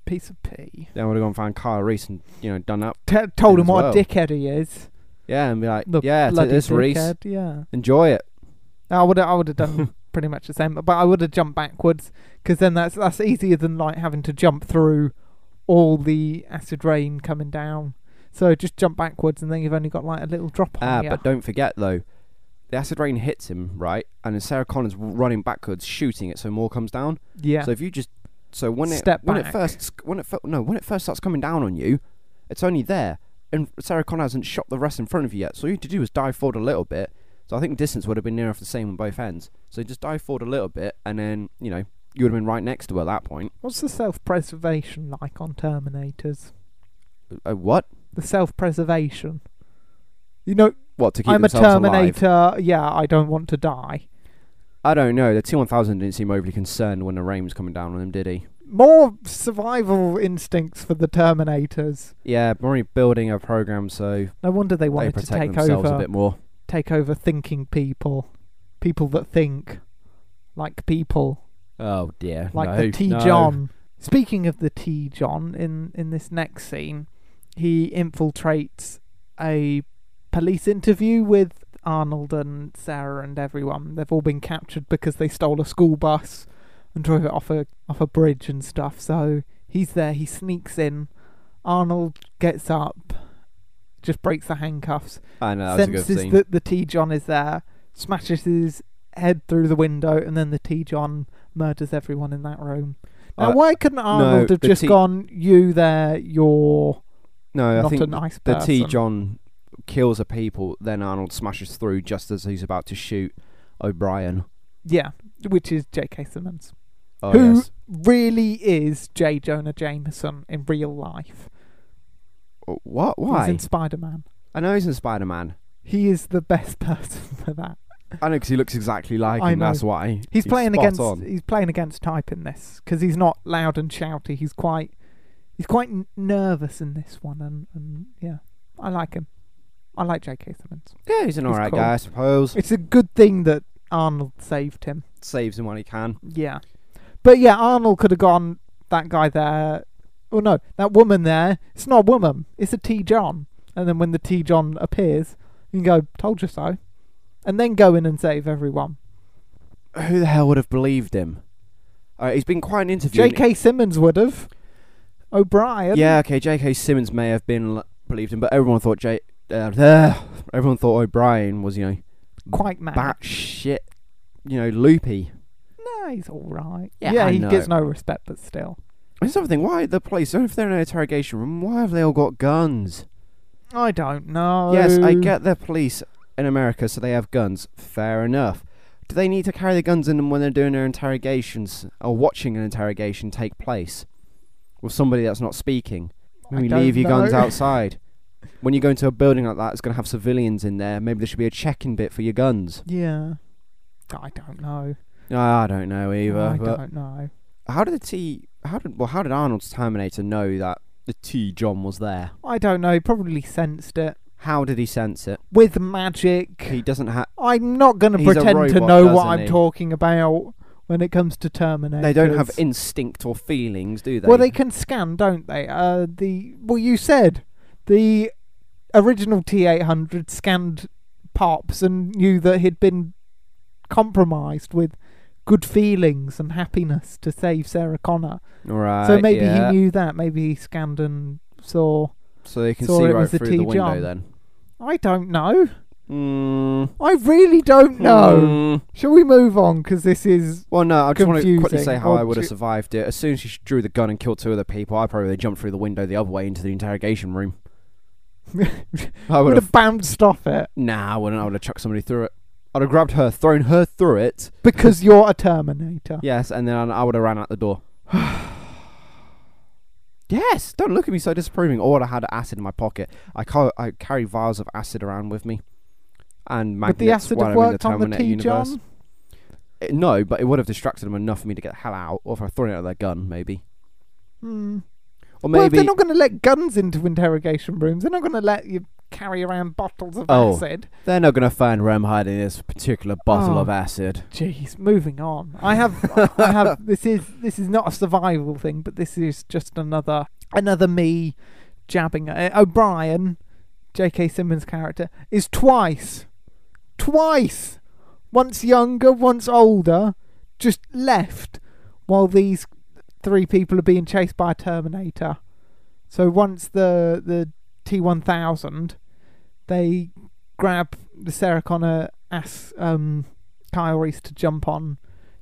[SPEAKER 2] Piece of pee.
[SPEAKER 3] Then I would have gone and found Kyle Reese and you know done that.
[SPEAKER 2] T- told
[SPEAKER 3] Him
[SPEAKER 2] him
[SPEAKER 3] as
[SPEAKER 2] what
[SPEAKER 3] well.
[SPEAKER 2] a dickhead he is.
[SPEAKER 3] Yeah, and be like,
[SPEAKER 2] The
[SPEAKER 3] yeah, take
[SPEAKER 2] bloody
[SPEAKER 3] this Reese,
[SPEAKER 2] dickhead, Yeah.
[SPEAKER 3] enjoy it.
[SPEAKER 2] I would I would have done pretty much the same, but I would have jumped backwards because then that's that's easier than like having to jump through all the acid rain coming down. So just jump backwards, and then you've only got like a little drop on
[SPEAKER 3] Ah,
[SPEAKER 2] you.
[SPEAKER 3] but don't forget though, the acid rain hits him right, and then Sarah Connor's w- running backwards, shooting it, so more comes down.
[SPEAKER 2] yeah.
[SPEAKER 3] So if you just, so when it
[SPEAKER 2] Step
[SPEAKER 3] when it
[SPEAKER 2] back.
[SPEAKER 3] first sc- when it fir- no when it first starts coming down on you, it's only there, and Sarah Connor hasn't shot the rest in front of you yet. So all you had to do was dive forward a little bit. So I think distance would have been near enough the same on both ends. So just dive forward a little bit, and then you know you would have been right next to her at that point.
[SPEAKER 2] What's the self-preservation like on Terminators?
[SPEAKER 3] Uh, what?
[SPEAKER 2] The self-preservation. You know,
[SPEAKER 3] What to keep
[SPEAKER 2] I'm a
[SPEAKER 3] themselves alive?
[SPEAKER 2] Terminator. Yeah, I don't want to die.
[SPEAKER 3] I don't know. The T1000 didn't seem overly concerned when the rain was coming down on him, did he?
[SPEAKER 2] More survival instincts for the Terminators.
[SPEAKER 3] Yeah, we're only building a program so
[SPEAKER 2] No wonder they
[SPEAKER 3] they
[SPEAKER 2] wanted to
[SPEAKER 3] protect
[SPEAKER 2] take
[SPEAKER 3] themselves
[SPEAKER 2] over.
[SPEAKER 3] a bit more.
[SPEAKER 2] take over thinking people, people that think like people,
[SPEAKER 3] Oh dear,
[SPEAKER 2] like
[SPEAKER 3] no,
[SPEAKER 2] the T
[SPEAKER 3] no.
[SPEAKER 2] John. Speaking of the T John, in in this next scene, he infiltrates a police interview with Arnold and Sarah and everyone. They've all been captured because they stole a school bus and drove it off a off a bridge and stuff. So he's there. He sneaks in. Arnold gets up, just breaks the handcuffs,
[SPEAKER 3] I know that was a good
[SPEAKER 2] senses
[SPEAKER 3] scene.
[SPEAKER 2] that the T John is there, smashes his head through the window, and then the T John murders everyone in that room. Now,
[SPEAKER 3] Uh,
[SPEAKER 2] why couldn't Arnold have
[SPEAKER 3] the
[SPEAKER 2] just
[SPEAKER 3] T-
[SPEAKER 2] gone, you there, you're
[SPEAKER 3] no, I
[SPEAKER 2] not a
[SPEAKER 3] think
[SPEAKER 2] nice
[SPEAKER 3] the
[SPEAKER 2] person?
[SPEAKER 3] T John kills a people, then Arnold smashes through just as he's about to shoot O'Brien.
[SPEAKER 2] Yeah, which is J.K. Simmons.
[SPEAKER 3] Oh
[SPEAKER 2] Who-
[SPEAKER 3] yes,
[SPEAKER 2] Really is J. Jonah Jameson in real life.
[SPEAKER 3] Oh, what?
[SPEAKER 2] He's
[SPEAKER 3] Why?
[SPEAKER 2] in Spider Man.
[SPEAKER 3] I know he's in Spider Man.
[SPEAKER 2] He is the best person for that.
[SPEAKER 3] I know because he looks exactly like
[SPEAKER 2] I
[SPEAKER 3] him.
[SPEAKER 2] know.
[SPEAKER 3] That's why
[SPEAKER 2] He's, playing
[SPEAKER 3] spot
[SPEAKER 2] against
[SPEAKER 3] on.
[SPEAKER 2] he's playing against type in this because he's not loud and shouty. He's quite he's quite n- nervous in this one, and, and yeah, I like him. I like J.K. Simmons.
[SPEAKER 3] Yeah, he's an
[SPEAKER 2] he's
[SPEAKER 3] alright
[SPEAKER 2] cool.
[SPEAKER 3] guy, I suppose.
[SPEAKER 2] It's a good thing that Arnold saved him.
[SPEAKER 3] Saves him when he can.
[SPEAKER 2] Yeah, but yeah, Arnold could have gone that guy there. Oh no, that woman there. It's not a woman. It's a T. John. And then when the T. John appears, you can go, "Told you so," and then go in and save everyone.
[SPEAKER 3] Who the hell would have believed him? Uh, he's been quite an interview.
[SPEAKER 2] J.K. Simmons would have. O'Brien.
[SPEAKER 3] Yeah, okay. J.K. Simmons may have been l- believed him, but everyone thought J. Uh, uh, everyone thought O'Brien was, you know,
[SPEAKER 2] quite mad.
[SPEAKER 3] bat shit, you know, loopy.
[SPEAKER 2] no, he's all right.
[SPEAKER 3] Yeah,
[SPEAKER 2] Yeah,
[SPEAKER 3] I
[SPEAKER 2] he
[SPEAKER 3] know.
[SPEAKER 2] gets no respect, but still.
[SPEAKER 3] And something. Why the police? If they're in an interrogation room, why have they all got guns?
[SPEAKER 2] I don't know.
[SPEAKER 3] Yes, I get they're police in America, so they have guns. Fair enough. Do they need to carry the guns in them when they're doing their interrogations or watching an interrogation take place with somebody that's not speaking?
[SPEAKER 2] I
[SPEAKER 3] Maybe
[SPEAKER 2] don't
[SPEAKER 3] leave your guns
[SPEAKER 2] know.
[SPEAKER 3] outside. When you go into a building like that, it's going to have civilians in there. Maybe there should be a checking bit for your guns.
[SPEAKER 2] Yeah, I don't know.
[SPEAKER 3] Ah, I don't know either.
[SPEAKER 2] I
[SPEAKER 3] but
[SPEAKER 2] don't know.
[SPEAKER 3] how did the T? How did well? How did Arnold's Terminator know that the T John was there?
[SPEAKER 2] I don't know. He probably sensed it.
[SPEAKER 3] How did he sense it?
[SPEAKER 2] with magic.
[SPEAKER 3] He doesn't have.
[SPEAKER 2] I'm not going to
[SPEAKER 3] He's a
[SPEAKER 2] pretend to
[SPEAKER 3] robot,
[SPEAKER 2] know what
[SPEAKER 3] doesn't
[SPEAKER 2] I'm
[SPEAKER 3] he?
[SPEAKER 2] talking about when it comes to Terminator.
[SPEAKER 3] They don't have instinct or feelings, do they?
[SPEAKER 2] Well, they can scan, don't they? Uh, the well, you said the original T800 scanned Pops and knew that he'd been compromised with good feelings and happiness to save Sarah Connor.
[SPEAKER 3] Right.
[SPEAKER 2] so maybe
[SPEAKER 3] yeah.
[SPEAKER 2] he knew that. Maybe he scanned and saw.
[SPEAKER 3] So they can
[SPEAKER 2] saw
[SPEAKER 3] see
[SPEAKER 2] it
[SPEAKER 3] right
[SPEAKER 2] was a
[SPEAKER 3] through the window
[SPEAKER 2] T-John.
[SPEAKER 3] then.
[SPEAKER 2] I don't know.
[SPEAKER 3] Mm.
[SPEAKER 2] I really don't know.
[SPEAKER 3] Mm.
[SPEAKER 2] Shall we move on? Because this is
[SPEAKER 3] Well, no, I just want to quickly
[SPEAKER 2] Confusing.
[SPEAKER 3] say how
[SPEAKER 2] Or
[SPEAKER 3] I would have
[SPEAKER 2] ju-
[SPEAKER 3] survived it. As soon as she drew the gun and killed two other people, I probably jumped through the window the other way into the interrogation room. I would
[SPEAKER 2] would
[SPEAKER 3] have.
[SPEAKER 2] have bounced off it
[SPEAKER 3] Nah, I wouldn't. I would have chucked somebody through it. I'd have grabbed her, thrown her through it.
[SPEAKER 2] because you're a Terminator.
[SPEAKER 3] Yes, and then I would have ran out the door. yes, don't look at me so disapproving. Or I'd have had acid in my pocket. I, ca- I carry vials of acid around with me. And
[SPEAKER 2] Would
[SPEAKER 3] magnets
[SPEAKER 2] the acid
[SPEAKER 3] when
[SPEAKER 2] have
[SPEAKER 3] I'm in the
[SPEAKER 2] worked on the
[SPEAKER 3] Terminator
[SPEAKER 2] T
[SPEAKER 3] universe.
[SPEAKER 2] John?
[SPEAKER 3] Eh, no, but it would have distracted them enough for me to get the hell out. Or if I thrown it at their gun, maybe.
[SPEAKER 2] Hmm.
[SPEAKER 3] Or
[SPEAKER 2] Well, if
[SPEAKER 3] maybe.
[SPEAKER 2] they're not going to let guns into interrogation rooms, they're not going to let you carry around bottles of
[SPEAKER 3] Oh.
[SPEAKER 2] acid.
[SPEAKER 3] They're not going to find where I'm hiding this particular bottle
[SPEAKER 2] Oh.
[SPEAKER 3] of acid.
[SPEAKER 2] Jeez, moving on. I have, I have. This is this is not a survival thing, but this is just another another me jabbing at it. O'Brien, J.K. Simmons' character, is twice, twice, once younger, once older, just left while these three people are being chased by a Terminator. So once the the T one thousand, they grab the Sarah Connor ass um, Kyle Reese to jump on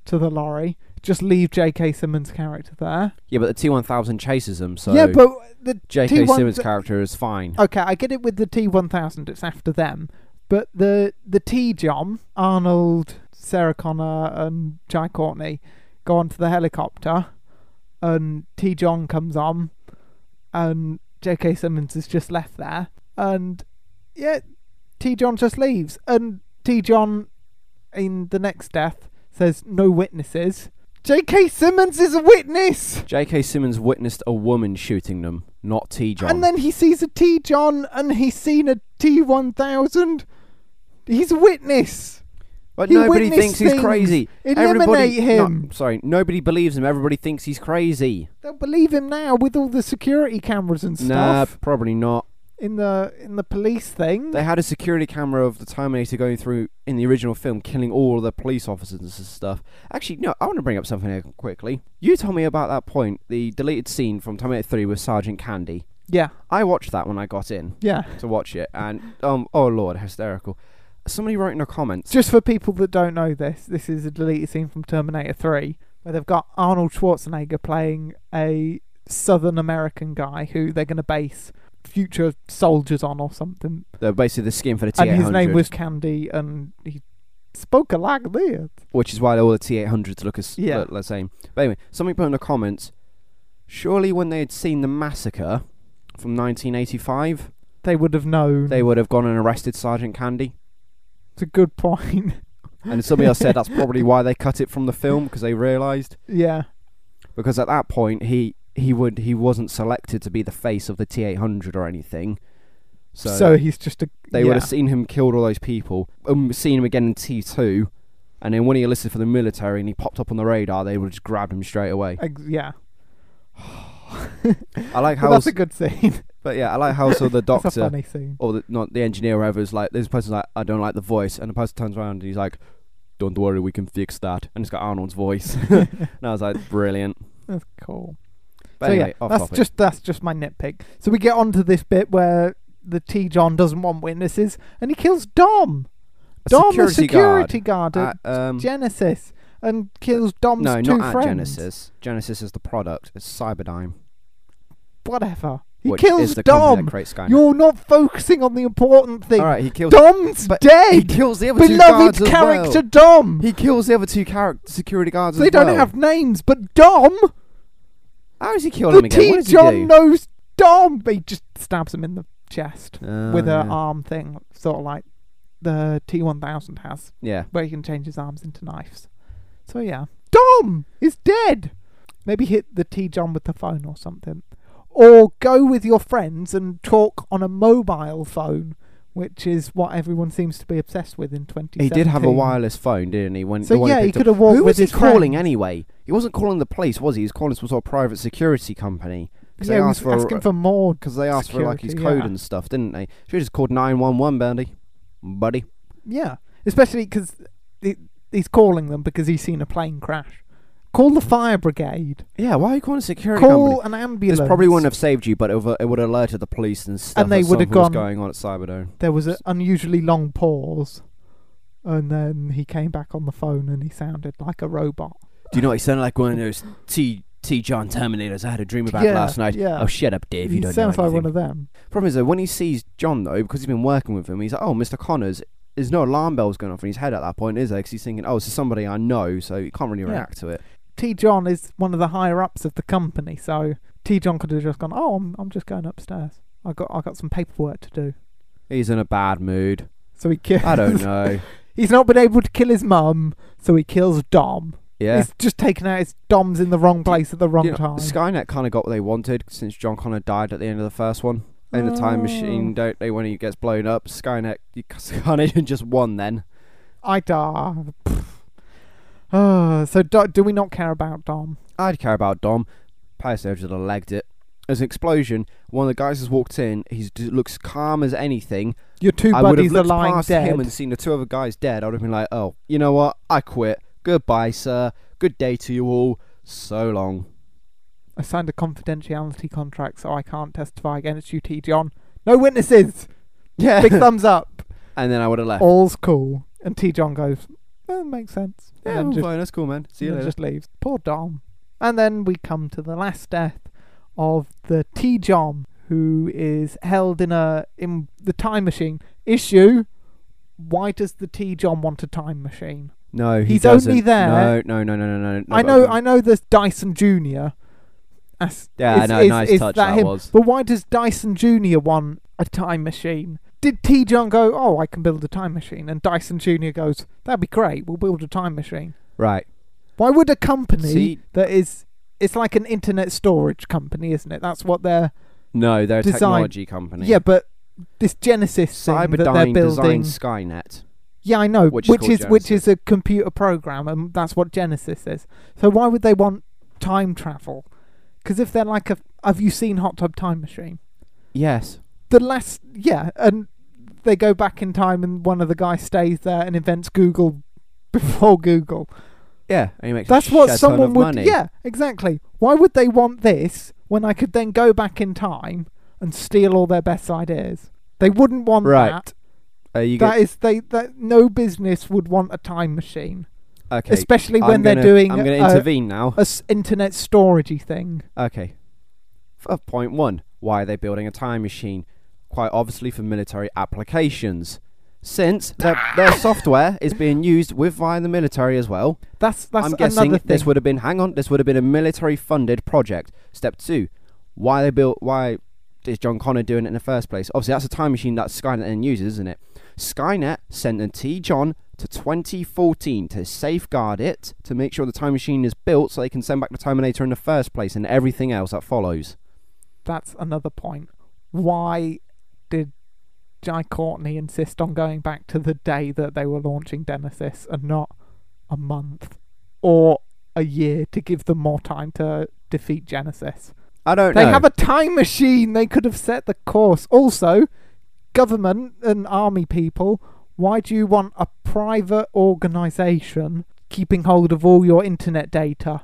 [SPEAKER 2] to the lorry. Just leave J.K. Simmons' character there.
[SPEAKER 3] Yeah, but the T1000 chases them, so
[SPEAKER 2] yeah, but the
[SPEAKER 3] J.K.
[SPEAKER 2] T1000
[SPEAKER 3] Simmons' character is fine.
[SPEAKER 2] okay, I get it with the T one thousand. It's after them, but the the T John Arnold, Sarah Connor, and Jai Courtney go onto the helicopter, and T John comes on, and J.K. Simmons is just left there, and yeah, T John just leaves, and T John in the next death says no witnesses. J.K. Simmons is a witness.
[SPEAKER 3] J.K. Simmons witnessed a woman shooting them, not T. John.
[SPEAKER 2] And then he sees a T John and he's seen a T 1000. He's a witness.
[SPEAKER 3] but
[SPEAKER 2] he
[SPEAKER 3] nobody
[SPEAKER 2] witnessed
[SPEAKER 3] thinks he's
[SPEAKER 2] things.
[SPEAKER 3] crazy.
[SPEAKER 2] Eliminate
[SPEAKER 3] Everybody- no,
[SPEAKER 2] him.
[SPEAKER 3] sorry, nobody believes him. Everybody thinks he's crazy.
[SPEAKER 2] They'll believe him now with all the security cameras and
[SPEAKER 3] Nah,
[SPEAKER 2] stuff
[SPEAKER 3] probably not.
[SPEAKER 2] in the in the police thing.
[SPEAKER 3] They had a security camera of the Terminator going through in the original film, killing all the police officers and stuff. Actually, no, I want to bring up something here quickly. You told me about that point, the deleted scene from Terminator 3 with Sergeant Candy.
[SPEAKER 2] yeah,
[SPEAKER 3] I watched that when I got in
[SPEAKER 2] yeah.
[SPEAKER 3] to watch it, and um, oh lord, hysterical. Somebody wrote in the comments.
[SPEAKER 2] Just for people that don't know this, this is a deleted scene from Terminator 3 where they've got Arnold Schwarzenegger playing a Southern American guy who they're going to base future soldiers on or something.
[SPEAKER 3] They're basically the skin for the T800,
[SPEAKER 2] And his name was Candy and he spoke like this.
[SPEAKER 3] which is why all the T800s look as
[SPEAKER 2] Yeah.
[SPEAKER 3] look the same. But anyway, somebody put in the comments. Surely, when they had seen the massacre from 1985,
[SPEAKER 2] They would have known.
[SPEAKER 3] they would have gone and arrested Sergeant Candy.
[SPEAKER 2] It's a good point.
[SPEAKER 3] And somebody else said that's probably why they cut it from the film because they realised
[SPEAKER 2] yeah.
[SPEAKER 3] because at that point he he would he wasn't selected to be the face of the T800 or anything.
[SPEAKER 2] So, he's just a.
[SPEAKER 3] They
[SPEAKER 2] yeah.
[SPEAKER 3] would have seen him killed all those people, um, seen him again in T two, and then when he enlisted for the military and he popped up on the radar, they would have just grabbed him straight away.
[SPEAKER 2] Ex- yeah.
[SPEAKER 3] I like
[SPEAKER 2] But
[SPEAKER 3] how,
[SPEAKER 2] that's
[SPEAKER 3] s-
[SPEAKER 2] a good scene.
[SPEAKER 3] but yeah, I like how so the
[SPEAKER 2] That's a
[SPEAKER 3] doctor
[SPEAKER 2] funny scene.
[SPEAKER 3] or the, not the engineer, whoever is like, this person's like, I don't like the voice, and the person turns around and he's like, "Don't worry, we can fix that," and it's got Arnold's voice, and I was like, brilliant.
[SPEAKER 2] That's cool.
[SPEAKER 3] But
[SPEAKER 2] so
[SPEAKER 3] anyway,
[SPEAKER 2] yeah,
[SPEAKER 3] off
[SPEAKER 2] that's
[SPEAKER 3] topic.
[SPEAKER 2] just that's just my nitpick. So we get on to this bit where the T John doesn't want witnesses and he kills Dom.
[SPEAKER 3] A
[SPEAKER 2] Dom,
[SPEAKER 3] security
[SPEAKER 2] a security guard,
[SPEAKER 3] guard
[SPEAKER 2] at
[SPEAKER 3] at, um,
[SPEAKER 2] Genesis, and kills Dom's
[SPEAKER 3] no,
[SPEAKER 2] two
[SPEAKER 3] not at
[SPEAKER 2] friends.
[SPEAKER 3] Genesis. Genesis is the product. It's Cyberdyne.
[SPEAKER 2] Whatever. He
[SPEAKER 3] which
[SPEAKER 2] kills
[SPEAKER 3] is the company
[SPEAKER 2] Dom.
[SPEAKER 3] That creates Skynet.
[SPEAKER 2] You're not focusing on the important thing.
[SPEAKER 3] All right, he kills.
[SPEAKER 2] Dom's
[SPEAKER 3] But
[SPEAKER 2] dead.
[SPEAKER 3] He kills the other two
[SPEAKER 2] beloved
[SPEAKER 3] guards as well.
[SPEAKER 2] character Dom.
[SPEAKER 3] He kills the other two character security guards.
[SPEAKER 2] they
[SPEAKER 3] as
[SPEAKER 2] don't
[SPEAKER 3] well.
[SPEAKER 2] have names, but Dom,
[SPEAKER 3] How does he kill him
[SPEAKER 2] the
[SPEAKER 3] again? What
[SPEAKER 2] T
[SPEAKER 3] does he
[SPEAKER 2] John
[SPEAKER 3] do?
[SPEAKER 2] knows Dom. He just stabs him in the chest
[SPEAKER 3] Oh,
[SPEAKER 2] with
[SPEAKER 3] yeah.
[SPEAKER 2] an arm thing, sort of like the T one thousand has,
[SPEAKER 3] Yeah.
[SPEAKER 2] where he can change his arms into knives. So yeah, Dom is dead. Maybe hit the T John with the phone or something, or go with your friends and talk on a mobile phone which is what everyone seems to be obsessed with in 2017.
[SPEAKER 3] He did have a wireless phone, didn't he? When the
[SPEAKER 2] So
[SPEAKER 3] one
[SPEAKER 2] yeah, he
[SPEAKER 3] picked up-
[SPEAKER 2] could have walked
[SPEAKER 3] Who
[SPEAKER 2] with
[SPEAKER 3] was he
[SPEAKER 2] his friend.
[SPEAKER 3] calling anyway? He wasn't calling the police, was he? He was calling some sort of private security company because
[SPEAKER 2] Yeah,
[SPEAKER 3] they
[SPEAKER 2] he
[SPEAKER 3] asked
[SPEAKER 2] was
[SPEAKER 3] for
[SPEAKER 2] asking for more.
[SPEAKER 3] because they asked for like his
[SPEAKER 2] security,
[SPEAKER 3] code
[SPEAKER 2] yeah.
[SPEAKER 3] and stuff, didn't they? Should have just called nine one one, Bandy, buddy.
[SPEAKER 2] Yeah, especially because he's calling them because he's seen a plane crash. Call the fire brigade.
[SPEAKER 3] Yeah, why are you calling a security
[SPEAKER 2] Call
[SPEAKER 3] company?
[SPEAKER 2] an ambulance.
[SPEAKER 3] This probably wouldn't have saved you, but it would, it would have alerted the police and stuff.
[SPEAKER 2] And they
[SPEAKER 3] that
[SPEAKER 2] would have
[SPEAKER 3] something was
[SPEAKER 2] gone-
[SPEAKER 3] going on at Cyberdome.
[SPEAKER 2] There was an unusually long pause, and then he came back on the phone and he sounded like a robot.
[SPEAKER 3] Do you know what he sounded like? One of those T T John Terminators I had a dream about
[SPEAKER 2] Yeah,
[SPEAKER 3] last night.
[SPEAKER 2] yeah.
[SPEAKER 3] Oh, shut up, Dave. You
[SPEAKER 2] he
[SPEAKER 3] don't
[SPEAKER 2] sounds
[SPEAKER 3] know
[SPEAKER 2] like
[SPEAKER 3] anything.
[SPEAKER 2] one of them.
[SPEAKER 3] Problem is though, when he sees John though, because he's been working with him, he's like, "Oh, Mr. Connors." There's no alarm bells going off in his head at that point, is there? Because he's thinking, "Oh, this is somebody I know," so he can't really
[SPEAKER 2] Yeah.
[SPEAKER 3] react to it.
[SPEAKER 2] T. John is one of the higher ups of the company, so T. John could have just gone. Oh, I'm I'm just going upstairs. I got I got some paperwork to do.
[SPEAKER 3] He's in a bad mood.
[SPEAKER 2] So he kills.
[SPEAKER 3] I don't know.
[SPEAKER 2] He's not been able to kill his mum, so he kills Dom.
[SPEAKER 3] Yeah.
[SPEAKER 2] He's just taken out his Dom's in the wrong place at the wrong
[SPEAKER 3] You know,
[SPEAKER 2] time.
[SPEAKER 3] Skynet kind of got what they wanted since John Connor died at the end of the first one. In the time
[SPEAKER 2] Oh.
[SPEAKER 3] machine, don't they? When he gets blown up, Skynet, you Skynet just won then.
[SPEAKER 2] I die. Uh, so do, do we not care about Dom?
[SPEAKER 3] I'd care about Dom. Paiso just legged it. There's an explosion. One of the guys has walked in. He looks calm as anything.
[SPEAKER 2] Your two
[SPEAKER 3] I would have
[SPEAKER 2] buddies are
[SPEAKER 3] looked
[SPEAKER 2] lying
[SPEAKER 3] past
[SPEAKER 2] dead.
[SPEAKER 3] him and seen the two other guys dead. I would have been like, "Oh, you know what? I quit. Goodbye, sir. Good day to you all. So long."
[SPEAKER 2] I signed a confidentiality contract, so I can't testify against you, T. John. No witnesses.
[SPEAKER 3] Yeah.
[SPEAKER 2] Big thumbs up.
[SPEAKER 3] and then I would have left.
[SPEAKER 2] All's cool. And T. John goes, "That makes sense." And
[SPEAKER 3] yeah,
[SPEAKER 2] then
[SPEAKER 3] well,
[SPEAKER 2] just
[SPEAKER 3] fine. That's cool, man. See you
[SPEAKER 2] and then
[SPEAKER 3] later.
[SPEAKER 2] just leaves. Poor Dom. And then we come to the last death of the T Jom, who is held in a in the time machine. Issue why does the T Jom want a time machine?
[SPEAKER 3] No, he
[SPEAKER 2] He's
[SPEAKER 3] doesn't.
[SPEAKER 2] only there-
[SPEAKER 3] No, no, no, no, no, no. no
[SPEAKER 2] I know
[SPEAKER 3] but-
[SPEAKER 2] I know there's Dyson Junior.
[SPEAKER 3] Yeah,
[SPEAKER 2] is,
[SPEAKER 3] no,
[SPEAKER 2] is-
[SPEAKER 3] nice
[SPEAKER 2] is
[SPEAKER 3] touch
[SPEAKER 2] that,
[SPEAKER 3] that,
[SPEAKER 2] him?
[SPEAKER 3] was.
[SPEAKER 2] But why does Dyson Junior want a time machine? Did T John go, Oh, I can build a time machine and Dyson Junior goes, That'd be great, we'll build a time machine.
[SPEAKER 3] Right.
[SPEAKER 2] Why would a company
[SPEAKER 3] See,
[SPEAKER 2] that is it's like an internet storage company, isn't it? That's what they're
[SPEAKER 3] no, they're a
[SPEAKER 2] design-
[SPEAKER 3] technology company.
[SPEAKER 2] yeah, but this Genesis thing that they're
[SPEAKER 3] Cyberdyne
[SPEAKER 2] building.
[SPEAKER 3] designed Skynet.
[SPEAKER 2] Yeah, I know,
[SPEAKER 3] which
[SPEAKER 2] which,
[SPEAKER 3] is
[SPEAKER 2] which
[SPEAKER 3] called
[SPEAKER 2] is which is a computer program, and that's what Genesis is. So why would they want time travel? Because if they're like a, have you seen Hot Tub Time Machine?
[SPEAKER 3] Yes.
[SPEAKER 2] The last, yeah, and they go back in time, and one of the guys stays there and invents Google before Google.
[SPEAKER 3] Yeah, and he makes a
[SPEAKER 2] That's what
[SPEAKER 3] shed ton
[SPEAKER 2] someone
[SPEAKER 3] of
[SPEAKER 2] would.
[SPEAKER 3] money.
[SPEAKER 2] Yeah, exactly. Why would they want this when I could then go back in time and steal all their best ideas? They wouldn't want
[SPEAKER 3] Right.
[SPEAKER 2] that.
[SPEAKER 3] Uh, you
[SPEAKER 2] That
[SPEAKER 3] get,
[SPEAKER 2] is, they that no business would want a time machine,
[SPEAKER 3] okay.
[SPEAKER 2] especially
[SPEAKER 3] I'm
[SPEAKER 2] when
[SPEAKER 3] gonna-
[SPEAKER 2] they're doing
[SPEAKER 3] I'm going to
[SPEAKER 2] a-
[SPEAKER 3] intervene now.
[SPEAKER 2] a s- internet storagey thing.
[SPEAKER 3] Okay. For point one, why are they building a time machine? Quite obviously for military applications, since their, their software is being used with via the military as well.
[SPEAKER 2] That's that's
[SPEAKER 3] I'm guessing
[SPEAKER 2] another thing.
[SPEAKER 3] this would have been. Hang on, this would have been a military-funded project. Step two, why they built? Why is John Connor doing it in the first place? Obviously, that's a time machine that Skynet then uses, isn't it? Skynet sent a T John to 2014 to safeguard it to make sure the time machine is built so they can send back the Terminator in the first place and everything else that follows.
[SPEAKER 2] that's another point. Why did Jai Courtney insist on going back to the day that they were launching Genesis and not a month or a year to give them more time to defeat Genesis?
[SPEAKER 3] I don't
[SPEAKER 2] They
[SPEAKER 3] know.
[SPEAKER 2] have a time machine. They could have set the course. Also, government and army people, why do you want a private organization keeping hold of all your internet data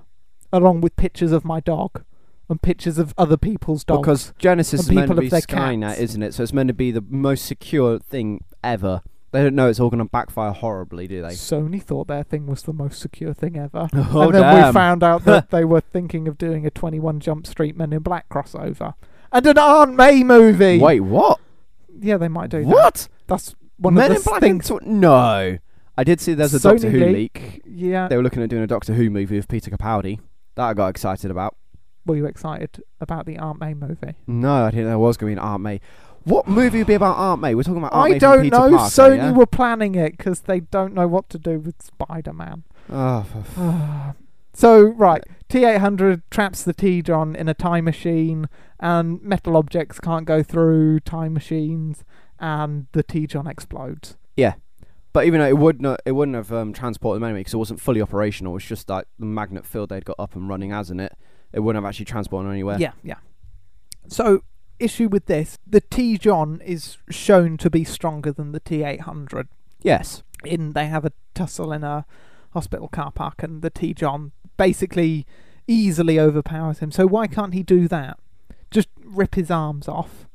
[SPEAKER 2] along with pictures of my dog and pictures of other people's dogs?
[SPEAKER 3] because Genesis
[SPEAKER 2] and
[SPEAKER 3] is meant to
[SPEAKER 2] people
[SPEAKER 3] be
[SPEAKER 2] of their
[SPEAKER 3] Skynet,
[SPEAKER 2] cats.
[SPEAKER 3] isn't it? So it's meant to be the most secure thing ever. They don't know it's all going to backfire horribly, do they?
[SPEAKER 2] Sony thought their thing was the most secure thing ever.
[SPEAKER 3] Oh,
[SPEAKER 2] and then
[SPEAKER 3] damn.
[SPEAKER 2] we found out that they were thinking of doing a 21 Jump Street Men in Black crossover and an Aunt May movie.
[SPEAKER 3] Wait, what?
[SPEAKER 2] Yeah, they might do that.
[SPEAKER 3] What?
[SPEAKER 2] That's one
[SPEAKER 3] Men
[SPEAKER 2] of
[SPEAKER 3] in
[SPEAKER 2] the
[SPEAKER 3] Black
[SPEAKER 2] things.
[SPEAKER 3] and Tw- no. I did see there's a Doctor
[SPEAKER 2] Sony
[SPEAKER 3] Who leak.
[SPEAKER 2] leak. Yeah.
[SPEAKER 3] They were looking at doing a Doctor Who movie with Peter Capaldi. That I got excited about.
[SPEAKER 2] Were you excited about the Aunt May movie?
[SPEAKER 3] No, I didn't know there was going to be an Aunt May. What movie would be about Aunt May? We're talking about Aunt
[SPEAKER 2] I
[SPEAKER 3] May from
[SPEAKER 2] don't
[SPEAKER 3] Peter
[SPEAKER 2] know.
[SPEAKER 3] Parker,
[SPEAKER 2] Sony
[SPEAKER 3] yeah?
[SPEAKER 2] were planning it because they don't know what to do with Spider Man.
[SPEAKER 3] Oh, for f-
[SPEAKER 2] so, right. T 800 traps the T John in a time machine, and metal objects can't go through time machines, and the T John explodes.
[SPEAKER 3] But even though it would not, it wouldn't have um, transported them anyway because it wasn't fully operational. It's just like the magnet field they'd got up and running as in it. It wouldn't have actually transported them anywhere.
[SPEAKER 2] Yeah, yeah. So issue with this, the T John is shown to be stronger than the T eight hundred.
[SPEAKER 3] Yes.
[SPEAKER 2] in they have a tussle in a hospital car park and the T John basically easily overpowers him. So why can't he do that? Just rip his arms off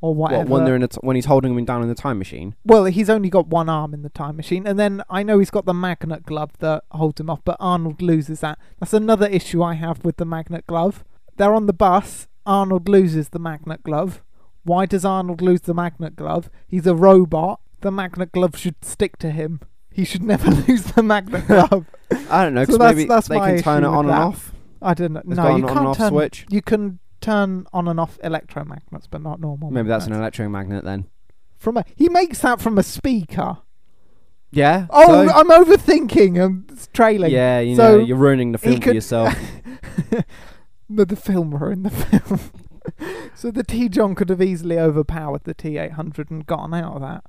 [SPEAKER 2] or whatever.
[SPEAKER 3] What, when they're in a t- when he's holding them down in the time machine.
[SPEAKER 2] well, he's only got one arm in the time machine and then I know he's got the magnet glove that holds him off, but Arnold loses that. That's another issue I have with the magnet glove. They're on the bus, Arnold loses the magnet glove. Why does Arnold lose the magnet glove? He's a robot. The magnet glove should stick to him. He should never lose the magnet glove.
[SPEAKER 3] I don't know
[SPEAKER 2] So
[SPEAKER 3] because
[SPEAKER 2] that's-
[SPEAKER 3] maybe
[SPEAKER 2] that's
[SPEAKER 3] they
[SPEAKER 2] my
[SPEAKER 3] can turn
[SPEAKER 2] issue
[SPEAKER 3] it
[SPEAKER 2] with
[SPEAKER 3] on and
[SPEAKER 2] that.
[SPEAKER 3] off.
[SPEAKER 2] I didn't.
[SPEAKER 3] It's got
[SPEAKER 2] no,
[SPEAKER 3] an
[SPEAKER 2] you
[SPEAKER 3] on
[SPEAKER 2] can't
[SPEAKER 3] and off
[SPEAKER 2] turn.
[SPEAKER 3] switch.
[SPEAKER 2] You can turn on and off electromagnets, but not normal.
[SPEAKER 3] Maybe that's an
[SPEAKER 2] magnets.
[SPEAKER 3] electromagnet then.
[SPEAKER 2] from a. He makes that from a speaker.
[SPEAKER 3] Yeah.
[SPEAKER 2] Oh,
[SPEAKER 3] so-
[SPEAKER 2] I'm overthinking um, and it's trailing.
[SPEAKER 3] yeah, you
[SPEAKER 2] so
[SPEAKER 3] know, you're ruining the
[SPEAKER 2] he
[SPEAKER 3] film for
[SPEAKER 2] could-
[SPEAKER 3] yourself.
[SPEAKER 2] But the film were in the film. so the T John could have easily overpowered the T eight hundred and gotten out of that.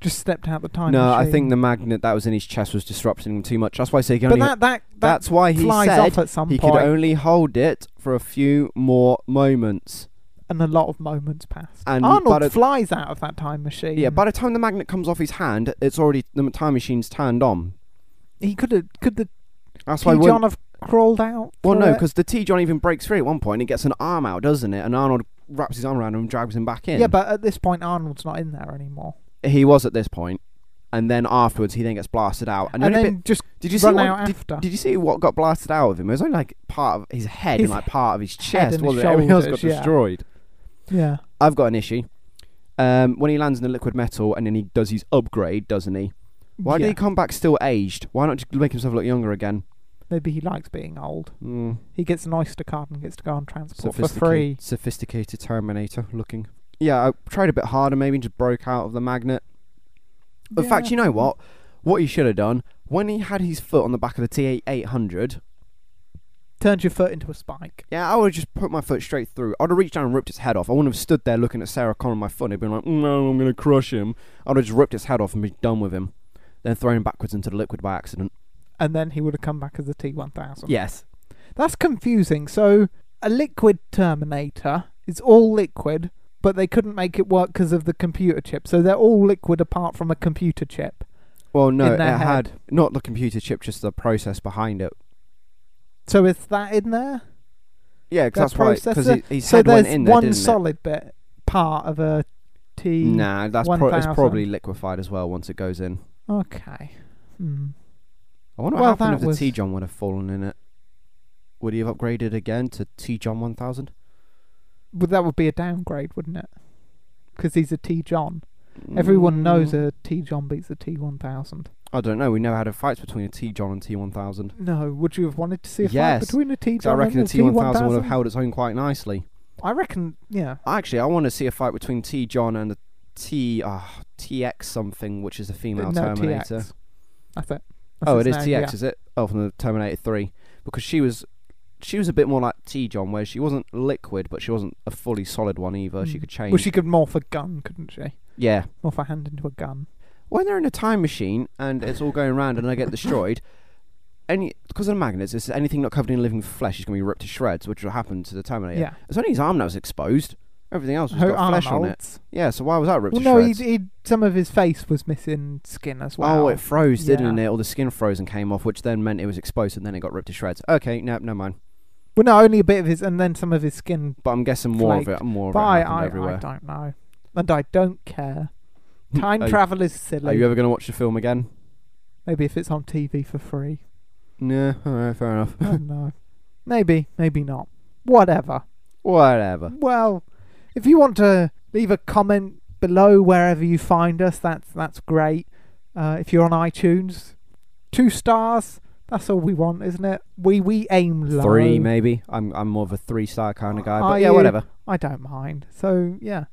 [SPEAKER 2] Just stepped out the time.
[SPEAKER 3] no, I
[SPEAKER 2] machine.
[SPEAKER 3] think the magnet that was in his chest was disrupting him too much. That's why I say he
[SPEAKER 2] But
[SPEAKER 3] only.
[SPEAKER 2] that that that
[SPEAKER 3] that's why he
[SPEAKER 2] flies
[SPEAKER 3] said
[SPEAKER 2] off at some
[SPEAKER 3] he
[SPEAKER 2] point,
[SPEAKER 3] could only hold it for a few more moments.
[SPEAKER 2] and a lot of moments pass.
[SPEAKER 3] And but
[SPEAKER 2] Arnold
[SPEAKER 3] it-
[SPEAKER 2] flies out of that time machine.
[SPEAKER 3] Yeah, by the time the magnet comes off his hand, it's already the time machine's turned on.
[SPEAKER 2] he could have. Could the
[SPEAKER 3] That's why.
[SPEAKER 2] T
[SPEAKER 3] when-
[SPEAKER 2] John have crawled out? for
[SPEAKER 3] well, no,
[SPEAKER 2] it?
[SPEAKER 3] because the T John even breaks through at one point. It gets an arm out, doesn't it? And Arnold wraps his arm around him and drags him back in.
[SPEAKER 2] Yeah, but at this point, Arnold's not in there anymore.
[SPEAKER 3] he was at this point, and then afterwards he then gets blasted out. And,
[SPEAKER 2] And,
[SPEAKER 3] then, a
[SPEAKER 2] then
[SPEAKER 3] bit-
[SPEAKER 2] just
[SPEAKER 3] did you see
[SPEAKER 2] run
[SPEAKER 3] what,
[SPEAKER 2] out
[SPEAKER 3] did,
[SPEAKER 2] after.
[SPEAKER 3] did you see what got blasted out of him? It was only like part of his head
[SPEAKER 2] His
[SPEAKER 3] and like part of his
[SPEAKER 2] head
[SPEAKER 3] chest.
[SPEAKER 2] and
[SPEAKER 3] Wasn't
[SPEAKER 2] his
[SPEAKER 3] it? Everything else got
[SPEAKER 2] shoulders, yeah.
[SPEAKER 3] destroyed.
[SPEAKER 2] yeah.
[SPEAKER 3] I've got an issue. Um, when he lands in the liquid metal and then he does his upgrade, doesn't he? Why
[SPEAKER 2] yeah.
[SPEAKER 3] did he come back still aged? Why not just make himself look younger again?
[SPEAKER 2] Maybe he likes being old.
[SPEAKER 3] Mm.
[SPEAKER 2] He gets an Oyster card and gets to go on transport Hmm, for free.
[SPEAKER 3] Sophisticated, sophisticated Terminator looking. Yeah, I tried a bit harder, maybe and just broke out of the magnet. In fact, you know what? What he should have done when he had his foot on the back of the T eight hundred.
[SPEAKER 2] turns your foot into a spike.
[SPEAKER 3] Yeah, I would have just put my foot straight through. I'd have reached down and ripped his head off. I wouldn't have stood there looking at Sarah Connor on my foot and been like, "No, I'm gonna crush him." I'd have just ripped his head off and be done with him. Then thrown him backwards into the liquid by accident.
[SPEAKER 2] And then he would have come back as a T one thousand.
[SPEAKER 3] Yes.
[SPEAKER 2] That's confusing. So a liquid Terminator is all liquid, but they couldn't make it work because of the computer chip. So they're all liquid apart from a computer chip.
[SPEAKER 3] Well, no,
[SPEAKER 2] In
[SPEAKER 3] it
[SPEAKER 2] their
[SPEAKER 3] had not the computer chip, just the process behind it.
[SPEAKER 2] So is that in there? Their
[SPEAKER 3] Yeah, because that's why. Because
[SPEAKER 2] processor?
[SPEAKER 3] his
[SPEAKER 2] so
[SPEAKER 3] head
[SPEAKER 2] there's
[SPEAKER 3] went in there,
[SPEAKER 2] one
[SPEAKER 3] didn't it?
[SPEAKER 2] solid bit part of a T.
[SPEAKER 3] Nah, that's pro- it's
[SPEAKER 2] 1000.
[SPEAKER 3] probably liquefied as well once it goes in.
[SPEAKER 2] Okay. Hmm.
[SPEAKER 3] I wonder
[SPEAKER 2] Well,
[SPEAKER 3] what happened
[SPEAKER 2] that
[SPEAKER 3] if the
[SPEAKER 2] was-
[SPEAKER 3] T John would have fallen in it. Would he have upgraded again to T John 1000?
[SPEAKER 2] But that would be a downgrade, wouldn't it? Because he's a T John. Everyone knows
[SPEAKER 3] Mm,
[SPEAKER 2] a T John beats a T one thousand.
[SPEAKER 3] I don't know. We never had a fight between a T John and T 1000.
[SPEAKER 2] No, would you have wanted to see a
[SPEAKER 3] Yes,
[SPEAKER 2] fight between a T
[SPEAKER 3] So I
[SPEAKER 2] John?
[SPEAKER 3] reckon the
[SPEAKER 2] and
[SPEAKER 3] T 1000 would have
[SPEAKER 2] T1000?
[SPEAKER 3] held its own quite nicely.
[SPEAKER 2] I reckon, yeah.
[SPEAKER 3] Actually, I want to see a fight between T John and the T. ah, TX something, which is the female
[SPEAKER 2] No
[SPEAKER 3] Terminator.
[SPEAKER 2] TX. That's it. That's
[SPEAKER 3] Oh, it
[SPEAKER 2] its
[SPEAKER 3] is
[SPEAKER 2] name,
[SPEAKER 3] TX,
[SPEAKER 2] yeah.
[SPEAKER 3] is it? Oh, from the Terminator Three, because she was, she was a bit more like T John, where she wasn't liquid, but she wasn't a fully solid one either. She
[SPEAKER 2] Mm.
[SPEAKER 3] could change.
[SPEAKER 2] Well, she could morph a gun, couldn't she?
[SPEAKER 3] yeah.
[SPEAKER 2] Morph a hand into a gun.
[SPEAKER 3] When they're in a time machine and it's all going around and they get destroyed, any because of the magnets, it's anything not covered in living flesh is going to be ripped to shreds, which will happen to the Terminator.
[SPEAKER 2] Yeah.
[SPEAKER 3] It's only his arm that was exposed. Everything else was
[SPEAKER 2] Her
[SPEAKER 3] Oh, got
[SPEAKER 2] arm
[SPEAKER 3] flesh on it.
[SPEAKER 2] molds.
[SPEAKER 3] Yeah. So why was that ripped
[SPEAKER 2] Well,
[SPEAKER 3] to
[SPEAKER 2] no, he,
[SPEAKER 3] shreds?
[SPEAKER 2] he some of his face was missing skin as well.
[SPEAKER 3] Oh, it froze, didn't
[SPEAKER 2] Yeah.
[SPEAKER 3] it? All the skin froze and came off, which then meant it was exposed, and then it got ripped to shreds. Okay, no, never mind.
[SPEAKER 2] well, no, only a bit of his, and then some of his skin.
[SPEAKER 3] But I'm guessing more of
[SPEAKER 2] Flaked.
[SPEAKER 3] it, more of
[SPEAKER 2] But
[SPEAKER 3] it
[SPEAKER 2] I,
[SPEAKER 3] happened
[SPEAKER 2] I, I
[SPEAKER 3] everywhere.
[SPEAKER 2] don't know, and I don't care.
[SPEAKER 3] Are
[SPEAKER 2] Time
[SPEAKER 3] you-
[SPEAKER 2] travel is
[SPEAKER 3] Oh, Are
[SPEAKER 2] silly.
[SPEAKER 3] you ever going to watch the film again?
[SPEAKER 2] Maybe if it's on TV for free.
[SPEAKER 3] No, alright, fair enough.
[SPEAKER 2] I don't know. Maybe, maybe not. Whatever.
[SPEAKER 3] Whatever.
[SPEAKER 2] Well, if you want to leave a comment below wherever you find us, that's that's great. Uh, if you're on iTunes, two stars. That's all we want, isn't it? We we aim low.
[SPEAKER 3] Three, maybe. I'm I'm more of a three star kind of guy,
[SPEAKER 2] Are
[SPEAKER 3] but yeah,
[SPEAKER 2] you?
[SPEAKER 3] whatever.
[SPEAKER 2] I don't mind. So yeah,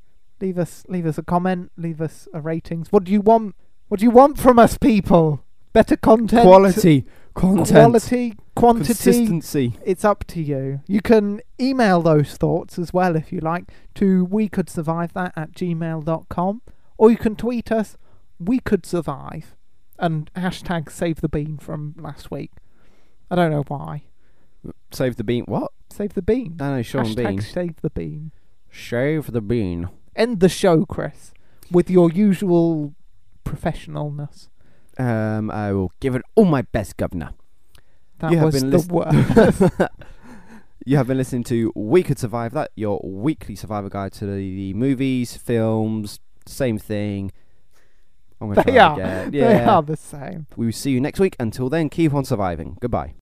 [SPEAKER 2] leave us leave us a comment, leave us a ratings. What do you want? What do you want from us, people? Better content,
[SPEAKER 3] Quality, content,
[SPEAKER 2] quality, quantity.
[SPEAKER 3] consistency.
[SPEAKER 2] it's up to you. You can email those thoughts as well if you like to we could survive that at gmail.com Or you can tweet us, we could survive, and hashtag save the bean from last week. I don't know why.
[SPEAKER 3] Save the bean. What?
[SPEAKER 2] Save the bean.
[SPEAKER 3] No, no, Sean
[SPEAKER 2] hashtag
[SPEAKER 3] Bean.
[SPEAKER 2] save the bean.
[SPEAKER 3] Shave the bean.
[SPEAKER 2] End the show, Chris, with your usual professionalness.
[SPEAKER 3] Um, I will give it all my best, Governor.
[SPEAKER 2] That
[SPEAKER 3] You have
[SPEAKER 2] was
[SPEAKER 3] been
[SPEAKER 2] the
[SPEAKER 3] list-
[SPEAKER 2] worst.
[SPEAKER 3] you have been listening to We Could Survive That, your weekly survivor guide to the, the movies, films, same thing. I'm gonna
[SPEAKER 2] They
[SPEAKER 3] try
[SPEAKER 2] are.
[SPEAKER 3] Again.
[SPEAKER 2] They
[SPEAKER 3] Yeah.
[SPEAKER 2] are the same.
[SPEAKER 3] We will see you next week. Until then, keep on surviving. Goodbye.